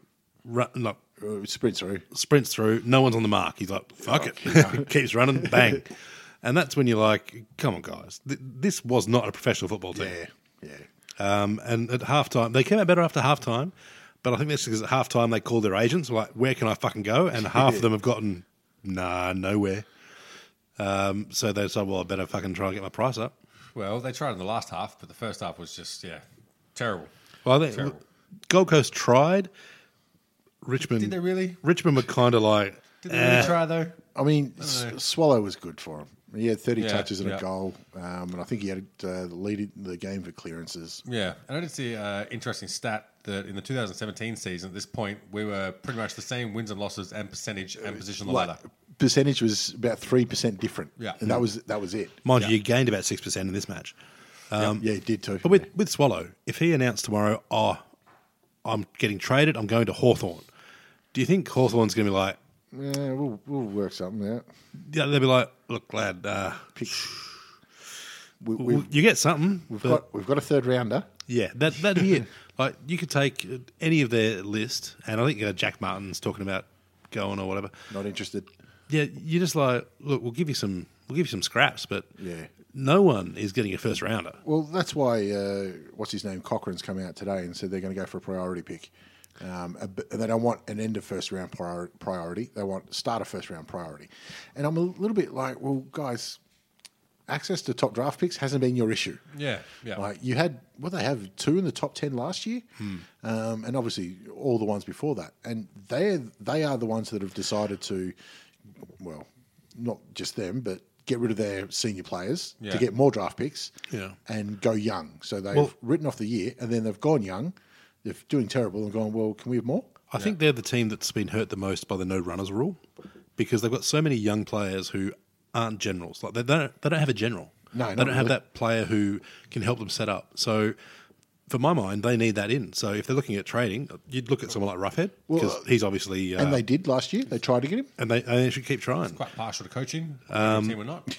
[SPEAKER 3] run, like,
[SPEAKER 1] Uh, sprint through.
[SPEAKER 3] sprints through. No one's on the mark. He's like, "Fuck (laughs) it," keeps running, bang. And that's when you're like, "Come on, guys, Th- this was not a professional football team."
[SPEAKER 1] Yeah.
[SPEAKER 3] Um, and at halftime, they came out better after halftime, but I think that's because at halftime they called their agents, like, where can I fucking
[SPEAKER 2] (laughs)
[SPEAKER 3] go? And half of them have gotten, nah, nowhere. Um, so they said, well, I better fucking try and get my price up.
[SPEAKER 2] Well, they tried in the last half, but the first half was just yeah, terrible.
[SPEAKER 3] Well, I think
[SPEAKER 2] Terrible.
[SPEAKER 3] Gold Coast tried. Richmond.
[SPEAKER 2] Did they really?
[SPEAKER 3] Richmond were kind of like,
[SPEAKER 2] Did they really
[SPEAKER 3] eh.
[SPEAKER 2] try though?
[SPEAKER 1] I mean, S- Swallow was good for him. He had 30
[SPEAKER 2] Uh, Yeah,
[SPEAKER 1] touches and
[SPEAKER 2] yeah.
[SPEAKER 1] a goal, um, and I think he had uh, the lead in the game for clearances.
[SPEAKER 2] Yeah, and I did see an uh, interesting stat that in the 2017 season, at this point, we were pretty much the same wins and losses and percentage and position on the ladder.
[SPEAKER 1] Percentage was about three percent different.
[SPEAKER 2] Yeah.
[SPEAKER 1] and that was that was it.
[SPEAKER 3] mind you, you gained about 6% in this match.
[SPEAKER 1] yeah, it did too.
[SPEAKER 3] But with, with Swallow, if he announced tomorrow, oh, I'm getting traded, I'm going to Hawthorn," do you think Hawthorn's going to be like,
[SPEAKER 1] yeah, we'll, we'll work something out.
[SPEAKER 3] yeah, they'll be like, look, lad, uh,
[SPEAKER 1] We,
[SPEAKER 3] w-
[SPEAKER 1] we've,
[SPEAKER 3] you get something.
[SPEAKER 1] we've
[SPEAKER 3] but-
[SPEAKER 1] got we've got a third rounder.
[SPEAKER 3] yeah, that, that'd be it. (laughs) Like, you could take uh, any of their list, and I think uh, Jack Martin's talking about going or whatever.
[SPEAKER 1] Not interested.
[SPEAKER 3] Yeah, you're just like, look, we'll give you some, we'll give you some scraps, but
[SPEAKER 1] Yeah.
[SPEAKER 3] no one is getting a first rounder.
[SPEAKER 1] Well, that's why uh, what's his name Cochrane's come out today and said they're going to go for a priority pick. Um, a bit- and they don't want an end of first round prior- priority. They want start of first round priority. And I'm a little bit like, well, guys, access to top draft picks hasn't been your issue.
[SPEAKER 2] Yeah, yeah.
[SPEAKER 1] Like you had, well, they have two in the top ten last year, um, and obviously all the ones before that. And they they are the ones that have decided to, well, not just them, but get rid of their senior players
[SPEAKER 2] Yeah.
[SPEAKER 1] to get more draft picks,
[SPEAKER 3] Yeah.
[SPEAKER 1] and go young. So they've
[SPEAKER 3] Well-
[SPEAKER 1] written off the year, and then they've gone young. They're doing terrible and gone. Well, can we have more?
[SPEAKER 3] I think they're the team that's been hurt the most by the no runners rule because they've got so many young players who aren't generals. Like they don't, they don't have a general.
[SPEAKER 1] No,
[SPEAKER 3] they
[SPEAKER 1] not
[SPEAKER 3] don't have
[SPEAKER 1] really.
[SPEAKER 3] that player who can help them set up. So, for my mind, they need that in. So if they're looking at trading, you'd look at someone like Roughhead because
[SPEAKER 1] Well, uh,
[SPEAKER 3] he's obviously uh,
[SPEAKER 1] And they did last year. They tried to get him
[SPEAKER 3] and they, and they should keep trying.
[SPEAKER 2] Quite partial to coaching, team or not.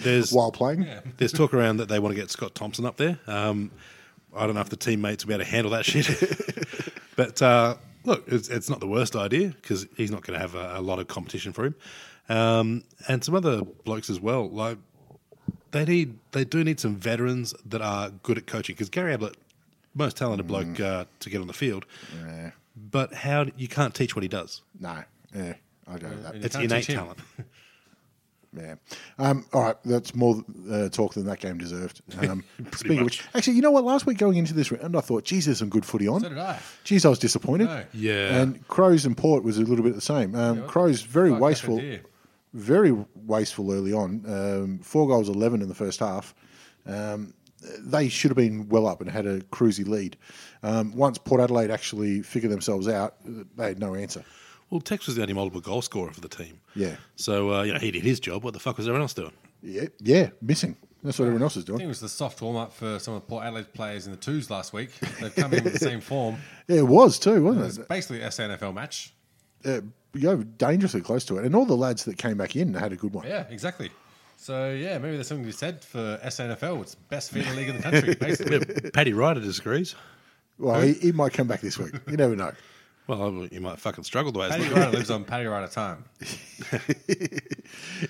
[SPEAKER 3] There's
[SPEAKER 1] while playing.
[SPEAKER 3] there's talk around that they want to get Scott Thompson up there. Um, I don't know if the teammates will be able to handle that (laughs) shit. but uh, look, it's, it's not the worst idea because he's not going to have a, a lot of competition for him, um, and some other blokes as well. Like they need, they do need some veterans that are good at coaching because Gary Ablett, most talented bloke uh, to get on the field,
[SPEAKER 1] Mm. Yeah.
[SPEAKER 3] but how you can't teach what he does.
[SPEAKER 1] No, yeah, I go with that.
[SPEAKER 3] It's
[SPEAKER 2] can't teach
[SPEAKER 3] innate
[SPEAKER 2] him.
[SPEAKER 3] talent.
[SPEAKER 1] Yeah. Um, all right. That's more uh, talk than that game
[SPEAKER 2] (laughs)
[SPEAKER 1] deserved. Um, speaking of which, actually, you know what? Last week going into this round, I thought, geez, there's some good footy on.
[SPEAKER 2] So did I.
[SPEAKER 1] Geez, I was disappointed.
[SPEAKER 2] No.
[SPEAKER 3] Yeah.
[SPEAKER 1] And Crows and Port was a little bit the same. Um,
[SPEAKER 2] what
[SPEAKER 1] Crows
[SPEAKER 2] the
[SPEAKER 1] very
[SPEAKER 2] fuck
[SPEAKER 1] wasteful,
[SPEAKER 2] happened here?
[SPEAKER 1] very wasteful early on. Um, four goals, eleven in the first half. Um, they should have been well up and had a cruisy lead. Um, once Port Adelaide actually figured themselves out, they had no answer.
[SPEAKER 3] Well, Tex was the only multiple goal scorer for the team.
[SPEAKER 1] Yeah.
[SPEAKER 3] So, uh, you know, he did his job. What the fuck was everyone else doing?
[SPEAKER 1] Yeah, yeah, missing. That's what everyone else is
[SPEAKER 2] I think
[SPEAKER 1] doing.
[SPEAKER 2] it was the soft warm up for some of the Port Adelaide players in the twos last week. They've come in with
[SPEAKER 1] (laughs)
[SPEAKER 2] the same form.
[SPEAKER 1] Yeah, it was too, wasn't
[SPEAKER 2] It's
[SPEAKER 1] it?
[SPEAKER 2] basically a SNFL match.
[SPEAKER 1] uh, you know, dangerously close to it. And all the lads that came back in had a good one.
[SPEAKER 2] Yeah, exactly. So yeah, maybe there's something to be said for SNFL. It's the best feeder league in the country, basically.
[SPEAKER 3] Paddy Ryder disagrees.
[SPEAKER 1] Well, he, he might come back this week. You never know.
[SPEAKER 3] Well, you might fucking struggle the way it's
[SPEAKER 2] Paddy
[SPEAKER 3] looking.
[SPEAKER 2] Ryder lives on Paddy Ryder time.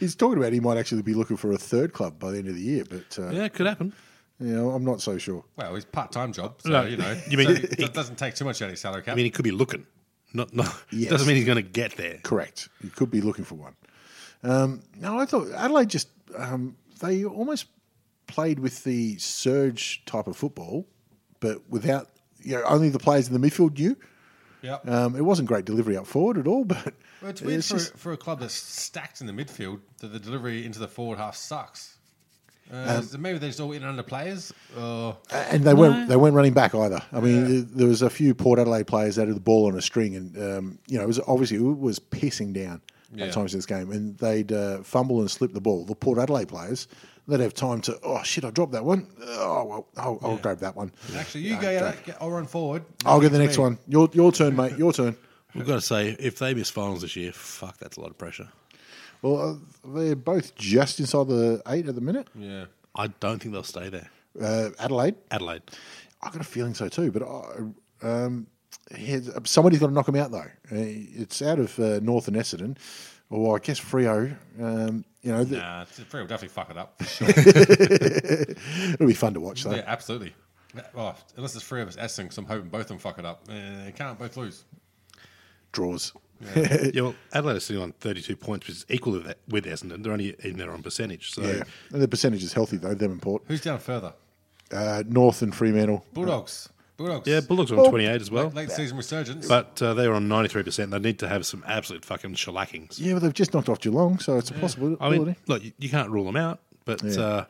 [SPEAKER 1] He's talking about he might actually be looking for a third club by the end of the year, but uh,
[SPEAKER 3] Yeah, it could happen.
[SPEAKER 1] you know, I'm not so sure.
[SPEAKER 2] Well, he's part time job, so
[SPEAKER 3] No,
[SPEAKER 2] you know.
[SPEAKER 3] you mean-
[SPEAKER 2] so it doesn't take too much out of his salary cap.
[SPEAKER 3] I mean, he could be looking. Not, not
[SPEAKER 1] Yes.
[SPEAKER 3] Doesn't mean he's going to get there.
[SPEAKER 1] Correct. He could be looking for one. Um, no, I thought Adelaide just um, they almost played with the surge type of football, but without you know only the players in the midfield knew.
[SPEAKER 2] yeah.
[SPEAKER 1] Um, it wasn't great delivery up forward at all, (laughs) but
[SPEAKER 2] Well, it's weird for,
[SPEAKER 1] just-
[SPEAKER 2] for a club that's stacked in the midfield that the delivery into the forward half sucks. Uh, so maybe they're just all in and under players. Or
[SPEAKER 1] And they weren't they weren't running back either. I mean, th- there was a few Port Adelaide players that had the ball on a string, and um, you know, it was obviously it was pissing down
[SPEAKER 2] Yeah.
[SPEAKER 1] at times in this game, and they'd uh, fumble and slip the ball. The Port Adelaide players, they'd have time to oh shit, I dropped that one. Oh well, I'll, I'll grab that one.
[SPEAKER 2] actually, you
[SPEAKER 1] Yeah,
[SPEAKER 2] go,
[SPEAKER 1] okay.
[SPEAKER 2] out, get, I'll run forward.
[SPEAKER 1] I'll get the
[SPEAKER 2] It's
[SPEAKER 1] next
[SPEAKER 2] me.
[SPEAKER 1] one. Your your turn, mate. Your turn.
[SPEAKER 3] We've got to say, if they miss finals this year, fuck, that's a lot of pressure.
[SPEAKER 1] Well, uh, they're both just inside the eight at the minute.
[SPEAKER 2] Yeah.
[SPEAKER 3] I don't think they'll stay there.
[SPEAKER 1] Uh, Adelaide,
[SPEAKER 3] Adelaide.
[SPEAKER 1] I got a feeling so too, but I, um, yeah, somebody's got to knock him out though. Uh, It's out of uh, North and Essendon, or I guess Frio. Um, you know, th-
[SPEAKER 2] Nah, Free will definitely fuck it up. for Sure.
[SPEAKER 1] it'll be fun to watch though.
[SPEAKER 2] yeah, absolutely. Well, unless it's three of us essing, so I'm hoping both of them fuck it up. Uh, they can't both lose.
[SPEAKER 1] Draws. Uh,
[SPEAKER 3] yeah, well, Adelaide is sitting on 32 points, which is equal to that with Essendon. They're only in there on percentage. So,
[SPEAKER 1] Yeah, and the percentage is healthy though. Them and Port,
[SPEAKER 2] Who's down further?
[SPEAKER 1] uh, North and Fremantle.
[SPEAKER 2] Bulldogs. Bulldogs.
[SPEAKER 3] yeah Bulldogs are on
[SPEAKER 1] Well-
[SPEAKER 3] 28 as well.
[SPEAKER 2] Late season resurgence.
[SPEAKER 3] But uh, they were on 93%. They need to have some absolute fucking shellackings.
[SPEAKER 1] Yeah, but they've just knocked off Geelong, so it's a
[SPEAKER 3] I
[SPEAKER 1] possibility.
[SPEAKER 3] mean, look, you, you can't rule them out, but
[SPEAKER 1] Yeah.
[SPEAKER 3] uh,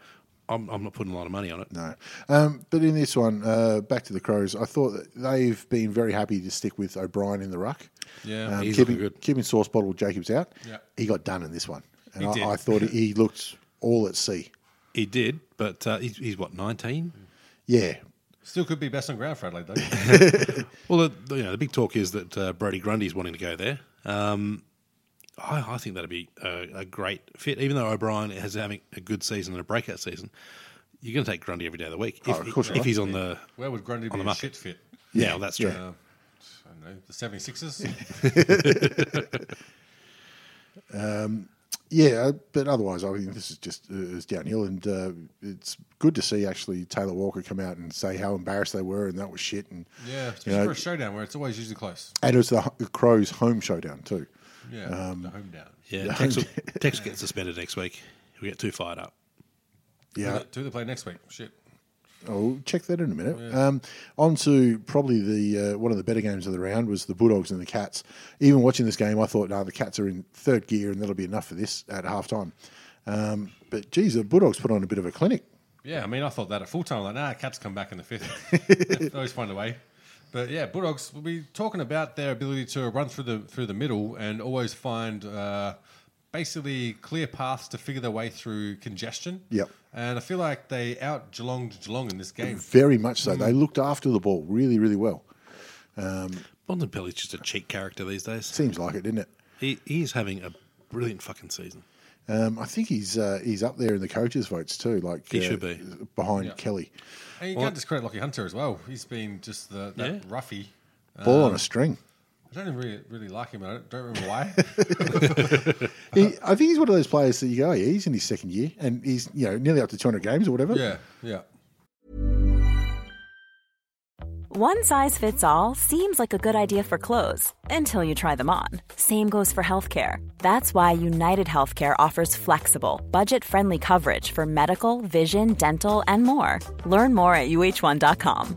[SPEAKER 3] I'm, I'm not putting a lot of money on it.
[SPEAKER 1] No. Um, but in this one, uh, back to the Crows, I thought that they've been very happy to stick with O'Brien in the ruck.
[SPEAKER 2] Yeah.
[SPEAKER 1] um,
[SPEAKER 3] He's
[SPEAKER 1] keeping,
[SPEAKER 3] looking good.
[SPEAKER 1] keeping Sauce Bottle Jacobs out.
[SPEAKER 2] Yeah.
[SPEAKER 1] He got done in this one. And
[SPEAKER 2] He
[SPEAKER 1] I,
[SPEAKER 2] did.
[SPEAKER 1] I thought he looked all at sea.
[SPEAKER 3] He did, but uh, he's, he's what, 19?
[SPEAKER 1] Yeah.
[SPEAKER 2] Still could be best on ground for Adelaide, though.
[SPEAKER 3] Well, the, you know, the big talk is that uh, Brody Grundy's wanting to go there. Um, I, I think that'd be a, a great fit, even though O'Brien is having a good season and a breakout season. You're going to take Grundy every day of the week if,
[SPEAKER 1] Oh, of course you
[SPEAKER 3] if
[SPEAKER 1] are.
[SPEAKER 3] he's on the.
[SPEAKER 2] Where would Grundy be
[SPEAKER 3] the
[SPEAKER 2] a
[SPEAKER 3] market.
[SPEAKER 2] shit fit?
[SPEAKER 3] Yeah, well, that's Um, true.
[SPEAKER 1] Yeah.
[SPEAKER 2] Uh, I don't know, the 76ers?
[SPEAKER 1] Yeah. uh, But otherwise, I mean, this is just uh, it's downhill. And uh, it's good to see actually Taylor Walker come out and say how embarrassed they were and that was shit. And,
[SPEAKER 2] yeah, especially
[SPEAKER 1] you know,
[SPEAKER 2] for a showdown where it's always usually close.
[SPEAKER 1] and it was the H- Crows home showdown, too.
[SPEAKER 2] Yeah, the home down.
[SPEAKER 3] Yeah,
[SPEAKER 1] (laughs)
[SPEAKER 3] Tex, will- Tex gets suspended next week. He'll get too fired up.
[SPEAKER 1] Yeah.
[SPEAKER 2] Two they play next week. Shit.
[SPEAKER 1] I'll check that in a minute. Um, on to probably the uh, one of the better games of the round was the Bulldogs and the Cats. Even watching this game, I thought, no, the Cats are in third gear and that'll be enough for this at halftime. Um, but geez, the Bulldogs put on a bit of a clinic.
[SPEAKER 2] Yeah, I mean, I thought that at full time. Like, nah, Cats come back in the fifth. (laughs) They always find a way. But yeah, Bulldogs. We'll be talking about their ability to run through the through the middle and always find uh, basically clear paths to figure their way through congestion.
[SPEAKER 1] Yep.
[SPEAKER 2] And I feel like they out Geelong Geelong in this game.
[SPEAKER 1] Very much
[SPEAKER 3] Mm.
[SPEAKER 1] so. They looked after the ball really, really well.
[SPEAKER 3] Bontempelli's just a cheap character these days.
[SPEAKER 1] Seems like it, didn't it?
[SPEAKER 3] He, he is having a brilliant fucking season.
[SPEAKER 1] Um, I think he's uh, he's up there in the coaches' votes too. Like
[SPEAKER 3] He
[SPEAKER 1] uh,
[SPEAKER 3] should be.
[SPEAKER 1] behind Kelly.
[SPEAKER 2] And you can't discredit Lockie Hunter as well. He's been just the that
[SPEAKER 3] Yeah.
[SPEAKER 2] roughy.
[SPEAKER 1] Ball
[SPEAKER 3] Um,
[SPEAKER 1] on a string.
[SPEAKER 2] I don't even really really like him. I don't, don't
[SPEAKER 1] (laughs)
[SPEAKER 2] remember why.
[SPEAKER 3] uh-huh.
[SPEAKER 1] He, I think he's one of those players that you go, oh, yeah, he's in his second year and he's you know nearly up to 200 games or whatever.
[SPEAKER 2] yeah, yeah.
[SPEAKER 4] One size fits all seems like a good idea for clothes until you try them on. Same goes for healthcare. That's why United Healthcare offers flexible, budget friendly coverage for medical, vision, dental, and more. Learn more at uh1.com.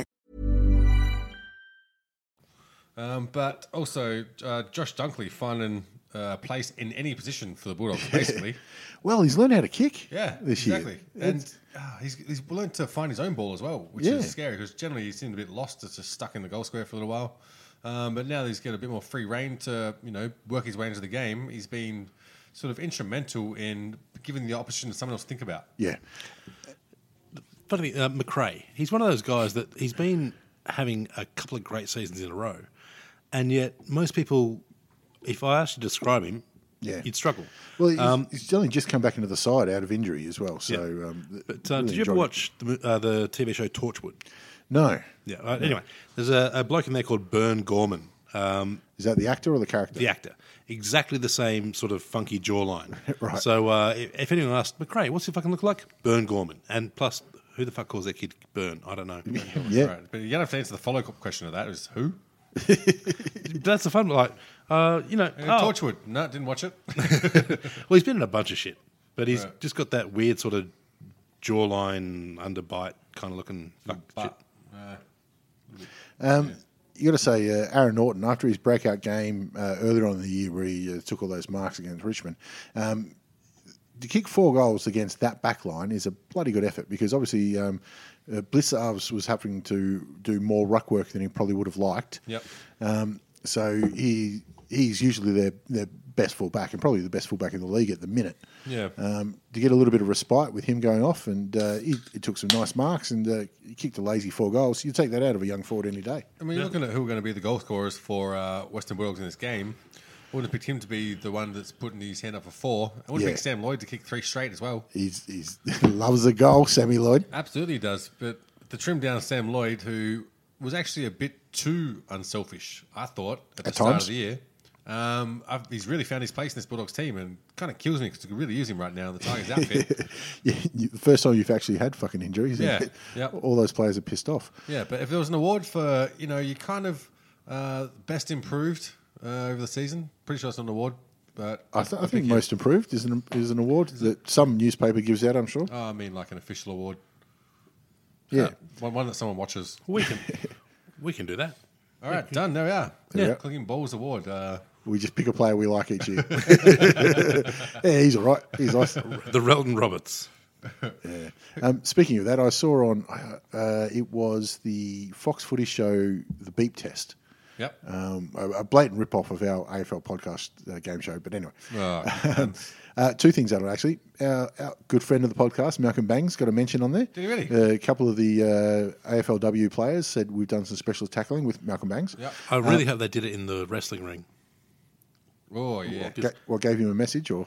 [SPEAKER 2] Um, but also, uh, Josh Dunkley finding uh, a place in any position for the
[SPEAKER 1] (laughs)
[SPEAKER 2] Bulldogs, basically.
[SPEAKER 1] Well, he's learned how to kick.
[SPEAKER 2] yeah,
[SPEAKER 1] this
[SPEAKER 2] exactly.
[SPEAKER 1] year.
[SPEAKER 2] And uh, he's, he's learned to find his own ball as well, which
[SPEAKER 1] Yeah.
[SPEAKER 2] is scary because generally he seemed a bit lost, just stuck in the goal square for a little while. Um, but now that he's got a bit more free reign to you know work his way into the game. He's been sort of instrumental in giving the opposition to someone else to think about.
[SPEAKER 1] yeah,
[SPEAKER 3] Funny, uh, McRae. He's one of those guys that he's been having a couple of great seasons in a row, and yet most people, if I asked you to describe him,
[SPEAKER 1] Yeah.
[SPEAKER 3] you'd struggle.
[SPEAKER 1] well, he's, he's only just come back into the side out of injury as well. So,
[SPEAKER 3] Um, Yeah.
[SPEAKER 1] um, th-
[SPEAKER 3] But uh,
[SPEAKER 1] really
[SPEAKER 3] did you ever
[SPEAKER 1] enjoyed it.
[SPEAKER 3] watch the, mo- uh, the TV show Torchwood?
[SPEAKER 1] No,
[SPEAKER 3] Yeah. Uh, anyway, there's a, a bloke in there called Bern Gorman. Um,
[SPEAKER 1] is that the actor or the character?
[SPEAKER 3] the actor. Exactly the same sort of
[SPEAKER 1] (laughs)
[SPEAKER 3] funky jawline. right. So uh, if, if anyone asked McRae, what's he fucking look like? Burn Gorman. And plus, who the fuck calls their kid Burn? I don't know.
[SPEAKER 1] (laughs) Yeah.
[SPEAKER 2] Right. But you don't have to answer the follow up question of that is who?
[SPEAKER 3] That's the fun. Like, uh, you know,
[SPEAKER 2] Uh,
[SPEAKER 3] oh,
[SPEAKER 2] Torchwood. No, didn't
[SPEAKER 1] (laughs)
[SPEAKER 2] watch it.
[SPEAKER 3] well, he's been in a bunch of shit, but he's just got that weird sort of jawline, underbite kind of looking fuck shit.
[SPEAKER 2] but, uh,
[SPEAKER 1] Um, you got to say, uh, Aaron Norton, after his breakout game uh, earlier on in the year where he uh, took all those marks against Richmond, um, to kick four goals against that back line is a bloody good effort because obviously um, uh, Blissarves was having to do more ruck work than he probably would have liked.
[SPEAKER 2] yep.
[SPEAKER 1] Um, so he he's usually their, their best fullback and probably the best fullback in the league at the minute.
[SPEAKER 2] Yeah.
[SPEAKER 1] Um, to get a little bit of respite with him going off, and uh, he, he took some nice marks and uh, he kicked a lazy four goals. You take that out of a young forward any day.
[SPEAKER 2] I mean, you're looking at who are going to be the goal scorers for uh, Western Bulldogs in this game. I would have picked him to be the one that's putting his hand up for four. I would have
[SPEAKER 1] Yeah.
[SPEAKER 2] picked Sam Lloyd to kick three straight as well.
[SPEAKER 1] He's, he's (laughs) loves a goal, Sammy Lloyd. (laughs)
[SPEAKER 2] Absolutely does. But the trim down Sam Lloyd, who was actually a bit too unselfish, I thought, at the
[SPEAKER 1] At
[SPEAKER 2] start
[SPEAKER 1] times.
[SPEAKER 2] of the year. Um, I've, he's really found his place in this Bulldogs team and kind of kills me because you could really use him right now in
[SPEAKER 1] (laughs)
[SPEAKER 2] the Tigers outfit.
[SPEAKER 1] Yeah, you, the first time you've actually had fucking injuries. (laughs)
[SPEAKER 2] Yeah, yeah.
[SPEAKER 1] All those players are pissed off.
[SPEAKER 2] yeah, but if there was an award for, you know, you kind of uh, best improved uh, over the season, pretty sure it's not an award, but
[SPEAKER 1] I, th- I think most improved is an, is an award that some newspaper gives out, I'm sure.
[SPEAKER 2] Oh, I mean, like an official award. Uh,
[SPEAKER 1] yeah.
[SPEAKER 2] One, one that someone watches.
[SPEAKER 3] We can, (laughs) we can do that.
[SPEAKER 2] All right, done. There we are.
[SPEAKER 1] we are.
[SPEAKER 2] Clicking Balls Award. Uh,
[SPEAKER 1] We just pick a player we like each
[SPEAKER 2] (laughs)
[SPEAKER 1] year. (laughs) yeah, he's all right. He's nice.
[SPEAKER 3] The Relton Roberts.
[SPEAKER 1] Um, speaking of that, I saw on uh, it was the Fox Footy show, the Beep Test,
[SPEAKER 2] yep.
[SPEAKER 1] um, a, a blatant rip off of our AFL podcast uh, game show. But anyway,
[SPEAKER 2] Oh,
[SPEAKER 1] um, uh, two things out of it actually. Our, our good friend of the podcast, Malcolm Bangs, got a mention on there.
[SPEAKER 2] he really?
[SPEAKER 1] Uh, a couple of the uh, AFLW players said we've done some special tackling with Malcolm Bangs.
[SPEAKER 2] yep.
[SPEAKER 3] I really hope they did it in the wrestling ring.
[SPEAKER 2] Oh, yeah.
[SPEAKER 1] Ga- well, gave him a message or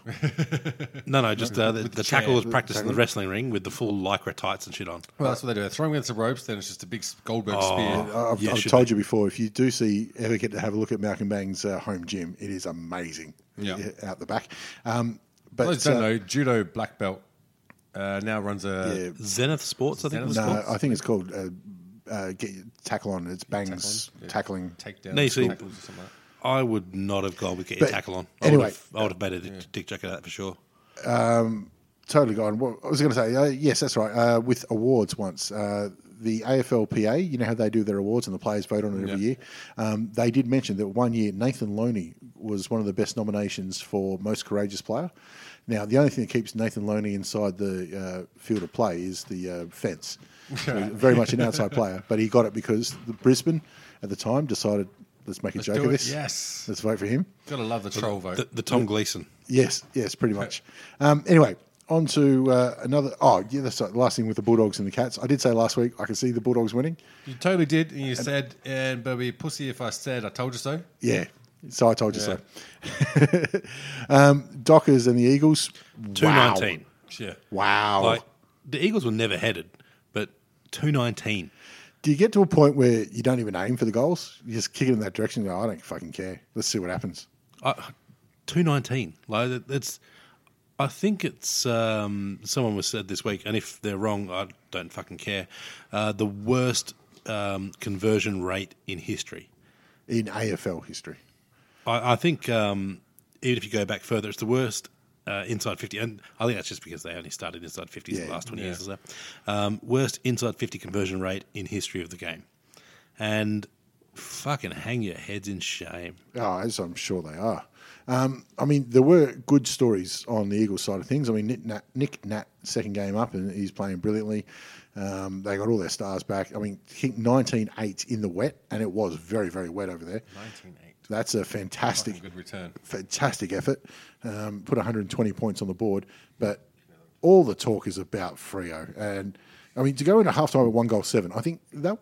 [SPEAKER 3] No, no, just uh, the, the,
[SPEAKER 2] chair.
[SPEAKER 3] tackle was practiced in the wrestling ring with the full lycra tights and shit on.
[SPEAKER 2] Well, that's what they do. They throw him against the ropes, then it's just a big Goldberg
[SPEAKER 3] Oh.
[SPEAKER 2] spear.
[SPEAKER 1] I've,
[SPEAKER 3] Yeah,
[SPEAKER 1] I've
[SPEAKER 3] should
[SPEAKER 1] told you before, if you do see ever get to have a look at Malcolm Bang's uh, home gym, it is amazing.
[SPEAKER 2] Yeah.
[SPEAKER 1] out the back. Um,
[SPEAKER 2] For
[SPEAKER 1] but
[SPEAKER 2] those who don't
[SPEAKER 1] uh,
[SPEAKER 2] know, judo black belt uh, now runs a.
[SPEAKER 3] Zenith Sports, I think. it was
[SPEAKER 2] Zenith
[SPEAKER 3] called.
[SPEAKER 1] no, I think it's called uh, uh, get, tackle on. It's Bangs tackling.
[SPEAKER 2] takedown.
[SPEAKER 3] No, you see-
[SPEAKER 2] tackles or something like that.
[SPEAKER 3] I would not have gone with getting
[SPEAKER 1] But
[SPEAKER 3] tackle on. I
[SPEAKER 1] anyway.
[SPEAKER 3] would have, I would have made a dick joke of that for sure.
[SPEAKER 1] Totally gone. What I was going to say, uh, yes, that's right. Uh, with awards once. Uh, the AFLPA, you know how they do their awards and the players vote on it every year. Um, they did mention that one year Nathan Loney was one of the best nominations for most courageous player. Now, the only thing that keeps Nathan Loney inside the uh, field of play is the uh, fence. So he's very
[SPEAKER 2] (laughs)
[SPEAKER 1] much an outside player, but he got it because the Brisbane at the time decided let's make a joke
[SPEAKER 2] do
[SPEAKER 1] of
[SPEAKER 2] it,
[SPEAKER 1] this.
[SPEAKER 2] yes.
[SPEAKER 1] let's vote for him.
[SPEAKER 2] Gotta love the troll vote.
[SPEAKER 3] The, the Tom Gleason.
[SPEAKER 1] Yes, yes, pretty much. Um, anyway, on to uh, another. Oh, yeah, that's the last thing with the Bulldogs and the Cats. I did say last week I could see the Bulldogs winning.
[SPEAKER 2] You totally did, and you said, "And but be pussy if I said I told you so."
[SPEAKER 1] Yeah. So I told you so. (laughs) um, Dockers and the Eagles.
[SPEAKER 3] Two nineteen. Yeah.
[SPEAKER 1] Wow. wow.
[SPEAKER 3] Like the Eagles were never headed, but two nineteen.
[SPEAKER 1] Do you get to a point where you don't even aim for the goals? You just kick it in that direction and go, I don't fucking care. Let's see what happens.
[SPEAKER 3] two nineteen. Like that- that's, I think it's um, someone was said this week, and if they're wrong, I don't fucking care. Uh, the worst um, conversion rate in history.
[SPEAKER 1] In AFL history.
[SPEAKER 3] I, I think um, even if you go back further, it's the worst uh, inside fifty, and I think that's just because they only started inside fifties in the
[SPEAKER 1] Yeah.
[SPEAKER 3] last twenty years or so. Um, worst inside fifty conversion rate in history of the game, and fucking hang your heads in shame.
[SPEAKER 1] Oh, as I'm sure they are. Um, I mean, there were good stories on the Eagles side of things. I mean, Nick Nat, Nick Nat second game up, and he's playing brilliantly. Um, they got all their stars back. I mean, I think 19-8 in the wet, and it was very, very wet over there.
[SPEAKER 2] 19-8.
[SPEAKER 1] That's a fantastic,
[SPEAKER 2] Good return.
[SPEAKER 1] fantastic effort. Um, put 120 points on the board, but all the talk is about Frio. And I mean, to go into halftime at one goal seven, I think that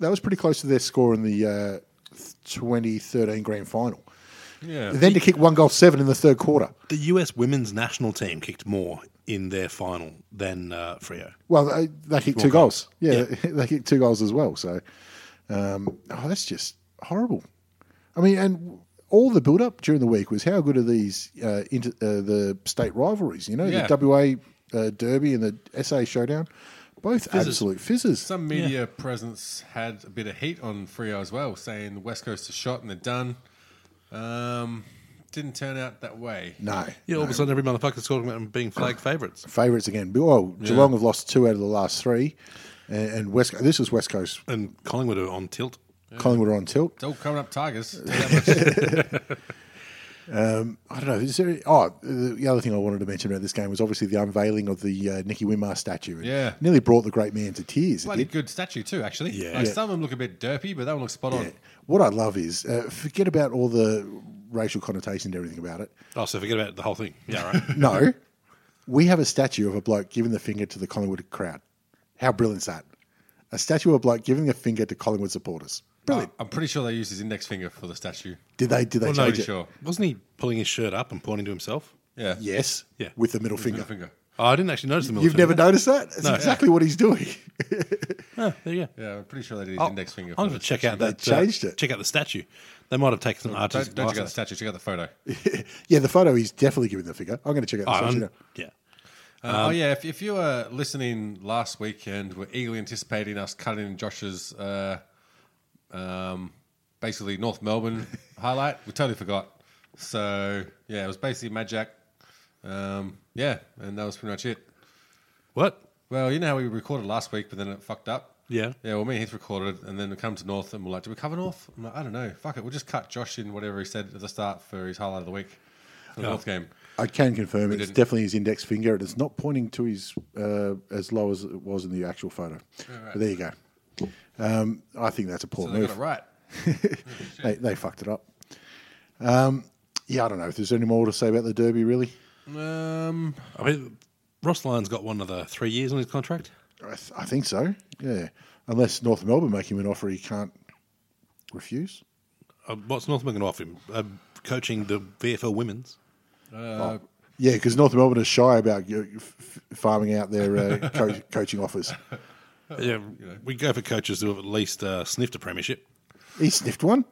[SPEAKER 1] that was pretty close to their score in the uh, 2013 grand final.
[SPEAKER 2] Yeah.
[SPEAKER 1] And then to kick one goal seven in the third quarter.
[SPEAKER 3] The U.S. women's national team kicked more in their final than uh, Frio.
[SPEAKER 1] Well, they, they kicked two goals. Yeah, (laughs) they kicked two goals as well. So, um, oh, that's just horrible. I mean, and all the build up during the week was how good are these uh, inter, uh, the state rivalries? You know,
[SPEAKER 2] Yeah.
[SPEAKER 1] the WA uh, Derby and the SA Showdown, both absolute fizzes.
[SPEAKER 2] Some media presence had a bit of heat on Frio as well, saying the West Coast is shot and they're done. Um, didn't turn out that way.
[SPEAKER 1] no,
[SPEAKER 3] Yeah, all of a sudden every motherfucker's talking about them being flag favourites.
[SPEAKER 1] favourites again. Well, Geelong have lost two out of the last three, and, and West. Co- This is West Coast.
[SPEAKER 3] And Collingwood are on tilt.
[SPEAKER 1] Collingwood are on tilt.
[SPEAKER 2] It's all coming up
[SPEAKER 3] (laughs)
[SPEAKER 2] Tigers. Tell you that much.
[SPEAKER 1] I don't know. Is there? Oh, the the other thing I wanted to mention about this game was obviously the unveiling of the uh, Nicky Winmar statue. It
[SPEAKER 2] Yeah.
[SPEAKER 1] nearly brought the great man to tears. It
[SPEAKER 2] Bloody
[SPEAKER 1] did.
[SPEAKER 2] good statue too, actually.
[SPEAKER 3] Yeah.
[SPEAKER 2] Like,
[SPEAKER 3] Yeah.
[SPEAKER 2] Some of them look a bit derpy, but that one looks spot on.
[SPEAKER 1] What I love is uh, forget about all the racial connotation and everything about it.
[SPEAKER 3] Oh, so forget about the whole thing. (laughs) Yeah, right.
[SPEAKER 1] No, we have a statue of a bloke giving the finger to the Collingwood crowd. How brilliant's that? A statue of a bloke giving a finger to Collingwood supporters. Brilliant.
[SPEAKER 2] Uh, I'm pretty sure they used his index finger for the statue.
[SPEAKER 1] Did they? Did they
[SPEAKER 2] I'm
[SPEAKER 1] change
[SPEAKER 2] pretty
[SPEAKER 1] it?
[SPEAKER 2] sure.
[SPEAKER 3] Wasn't he pulling his shirt up and pointing to himself?
[SPEAKER 2] Yeah.
[SPEAKER 1] Yes.
[SPEAKER 3] Yeah.
[SPEAKER 1] With the middle finger.
[SPEAKER 2] Middle finger.
[SPEAKER 3] Oh, I didn't actually notice the middle
[SPEAKER 1] You've never
[SPEAKER 3] finger.
[SPEAKER 1] noticed that? That's exactly what he's doing. (laughs)
[SPEAKER 3] Oh, there you go.
[SPEAKER 2] Yeah, I'm pretty sure they did his
[SPEAKER 3] Oh,
[SPEAKER 2] index finger.
[SPEAKER 3] I'm
[SPEAKER 2] for
[SPEAKER 3] going to
[SPEAKER 2] the
[SPEAKER 3] check out
[SPEAKER 2] statue.
[SPEAKER 3] that.
[SPEAKER 1] changed
[SPEAKER 3] uh,
[SPEAKER 1] it.
[SPEAKER 3] Check out the statue. They might have taken some artistic
[SPEAKER 2] Don't, don't check out the
[SPEAKER 3] license.
[SPEAKER 2] statue. Check out the photo.
[SPEAKER 1] yeah, the photo. He's definitely giving the finger. I'm going to check out the
[SPEAKER 3] Oh,
[SPEAKER 1] statue
[SPEAKER 3] I'm-
[SPEAKER 1] now.
[SPEAKER 3] yeah.
[SPEAKER 2] Uh, oh yeah, if, if you were listening last week and were eagerly anticipating us cutting Josh's uh, um, basically North Melbourne highlight, we totally forgot. So yeah, it was basically Madjack. Um, yeah, and that was pretty much it.
[SPEAKER 3] What?
[SPEAKER 2] Well, you know how we recorded last week, but then it fucked up.
[SPEAKER 3] Yeah.
[SPEAKER 2] Yeah, well, me and Heath recorded, and then we come to North, and we're like, "Do we cover North?" I'm like, "I don't know. Fuck it, we'll just cut Josh in whatever he said at the start for his highlight of the week, for the North game."
[SPEAKER 1] I can confirm it's
[SPEAKER 2] didn't.
[SPEAKER 1] definitely his index finger, and it's not pointing to his uh, as low as it was in the actual photo. But there you go. Um, I think that's a poor
[SPEAKER 2] So they
[SPEAKER 1] move.
[SPEAKER 2] got it right.
[SPEAKER 1] They, they fucked it up. Um, yeah, I don't know if there's any more to say about the Derby. Really,
[SPEAKER 2] Um,
[SPEAKER 3] I mean, Ross Lyon's got one other three years on his contract.
[SPEAKER 1] I, th- I think so. Yeah, unless North Melbourne make him an offer he can't refuse.
[SPEAKER 3] Uh, what's Northman going to offer him? Uh, coaching the VFL women's.
[SPEAKER 2] uh,
[SPEAKER 1] Yeah, because North Melbourne is shy about you know, f- f- farming out their
[SPEAKER 2] (laughs)
[SPEAKER 1] uh, co- coaching offers.
[SPEAKER 3] yeah, we go for coaches who have at least uh, sniffed a (laughs) premiership.
[SPEAKER 1] He sniffed one.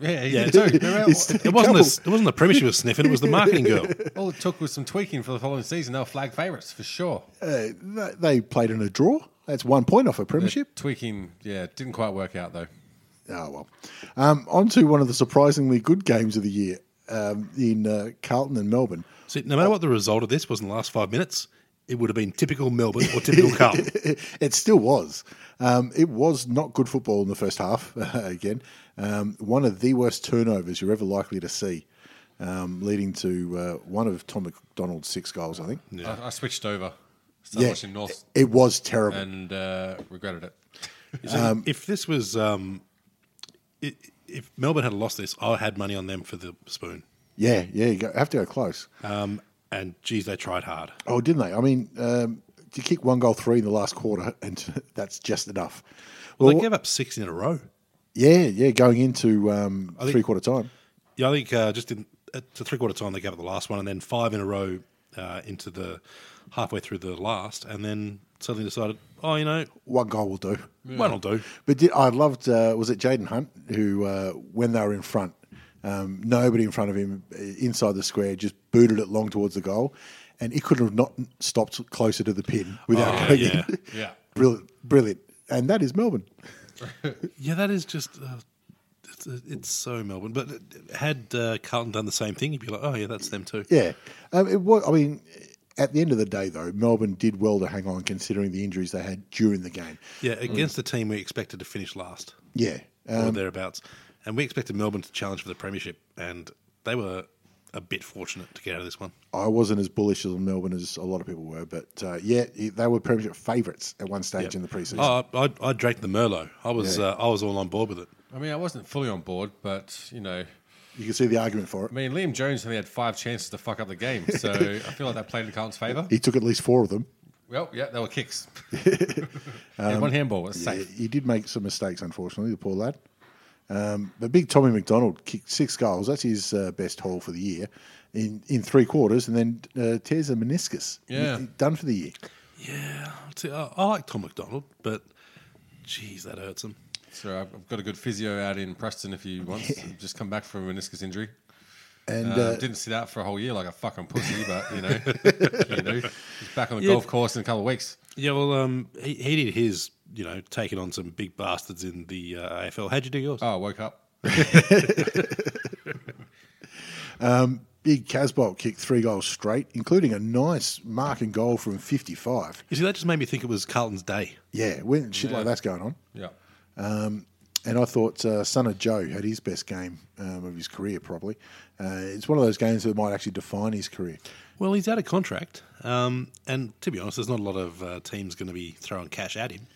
[SPEAKER 2] yeah, he
[SPEAKER 3] Yeah.
[SPEAKER 2] did too. Remember-
[SPEAKER 1] He's-
[SPEAKER 3] It wasn't,
[SPEAKER 1] Couple.
[SPEAKER 3] the, it wasn't the premiership was sniffing, it was the marketing (laughs) girl.
[SPEAKER 2] All it took was some tweaking for the following season. They were flag favourites for sure.
[SPEAKER 1] Uh, they- they played in a draw. That's one point off a premiership.
[SPEAKER 2] Tweaking, yeah, didn't quite work out though.
[SPEAKER 1] Oh well. Um, on to one of the surprisingly good games of the year um, in uh, Carlton and Melbourne.
[SPEAKER 3] See, no matter what the result of this was in the last five minutes, it would have been typical Melbourne or (laughs) typical Carlton.
[SPEAKER 1] it still was. Um, it was not good football in the first half. (laughs) again, um, one of the worst turnovers you're ever likely to see, um, leading to uh, one of Tom McDonald's six goals. I think.
[SPEAKER 2] I, I switched over, started watching North,
[SPEAKER 1] it was terrible.
[SPEAKER 2] and uh, regretted it.
[SPEAKER 3] if this was, um, i if Melbourne had lost this, I had money on them for the spoon.
[SPEAKER 1] yeah, yeah. You go, have to go close.
[SPEAKER 3] and geez, they tried hard.
[SPEAKER 1] Oh, didn't they? I mean, um, to kick one goal three in the last quarter, (laughs) and that's just enough.
[SPEAKER 3] Well, they gave up six in a row.
[SPEAKER 1] Yeah, yeah, going into um, three quarter time.
[SPEAKER 3] Yeah, I think uh, just in at to three quarter time they gave up the last one, and then five in a row uh, into the halfway through the last, and then suddenly decided, oh, you know,
[SPEAKER 1] One goal will do.
[SPEAKER 3] one will do.
[SPEAKER 1] But did, I loved, uh, was it Jaden Hunt who, uh, when they were in front, um, nobody in front of him uh, inside the square just booted it long towards the goal, and it could have not stopped closer to the pin without going (laughs)
[SPEAKER 3] Oh, yeah,
[SPEAKER 1] in.
[SPEAKER 2] yeah.
[SPEAKER 1] brilliant, brilliant. And that is Melbourne.
[SPEAKER 3] Yeah, that is just. Uh, it's, it's so Melbourne, but had uh, Carlton done the same thing, you'd be like, "Oh yeah, that's them too."
[SPEAKER 1] Yeah, um, it was. I mean, at the end of the day, though, Melbourne did well to hang on considering the injuries they had during the game.
[SPEAKER 3] Yeah, against the team we expected to finish last
[SPEAKER 1] Yeah,
[SPEAKER 3] or
[SPEAKER 1] um,
[SPEAKER 3] thereabouts, and we expected Melbourne to challenge for the premiership, and they were a bit fortunate to get out of this one.
[SPEAKER 1] I wasn't as bullish on Melbourne as a lot of people were, but uh, yeah, they were Premiership favourites at one stage in the preseason.
[SPEAKER 3] Oh, I, I, I drank the Merlot. I was uh, I was all on board with it.
[SPEAKER 2] I mean, I wasn't fully on board, but you know,
[SPEAKER 1] You can see the argument for it.
[SPEAKER 2] I mean, Liam Jones only had five chances to fuck up the game, so I feel like that played in Carlton's favour.
[SPEAKER 1] He took at least four of them.
[SPEAKER 2] Well, yeah, they were kicks. (laughs) and one handball was
[SPEAKER 1] Yeah,
[SPEAKER 2] safe.
[SPEAKER 1] he did make some mistakes, unfortunately, the poor lad. Um, but big Tommy McDonald kicked six goals. That's his uh, best haul for the year in, in three quarters, and then uh, tears a meniscus.
[SPEAKER 2] Yeah.
[SPEAKER 1] He- done for the year.
[SPEAKER 3] Yeah, see, I, I like Tom McDonald, but geez, that hurts him.
[SPEAKER 2] So I've I've got a good physio out in Preston if you want. Just come back from a meniscus injury.
[SPEAKER 1] And
[SPEAKER 2] Uh,
[SPEAKER 1] uh,
[SPEAKER 2] didn't sit out for a whole year like a
[SPEAKER 1] (laughs)
[SPEAKER 2] fucking pussy, but you know, you know, he's back on the golf course in a couple of weeks.
[SPEAKER 3] Yeah, well, um, he, he did his, you know, taking on some big bastards in the uh, AFL. How'd you do yours?
[SPEAKER 2] Oh, I woke up.
[SPEAKER 1] big Casbolt kicked three goals straight, including a nice mark and goal from 55.
[SPEAKER 3] You see, that just made me think it was Carlton's day.
[SPEAKER 1] Yeah, when shit like that's going on.
[SPEAKER 2] Yeah.
[SPEAKER 1] And I thought uh, Son of Joe had his best game um, of his career, probably. Uh, it's one of those games that might actually define his career.
[SPEAKER 3] Well, he's out of contract, um, and to be honest, there's not a lot of uh, teams going to be throwing cash at him.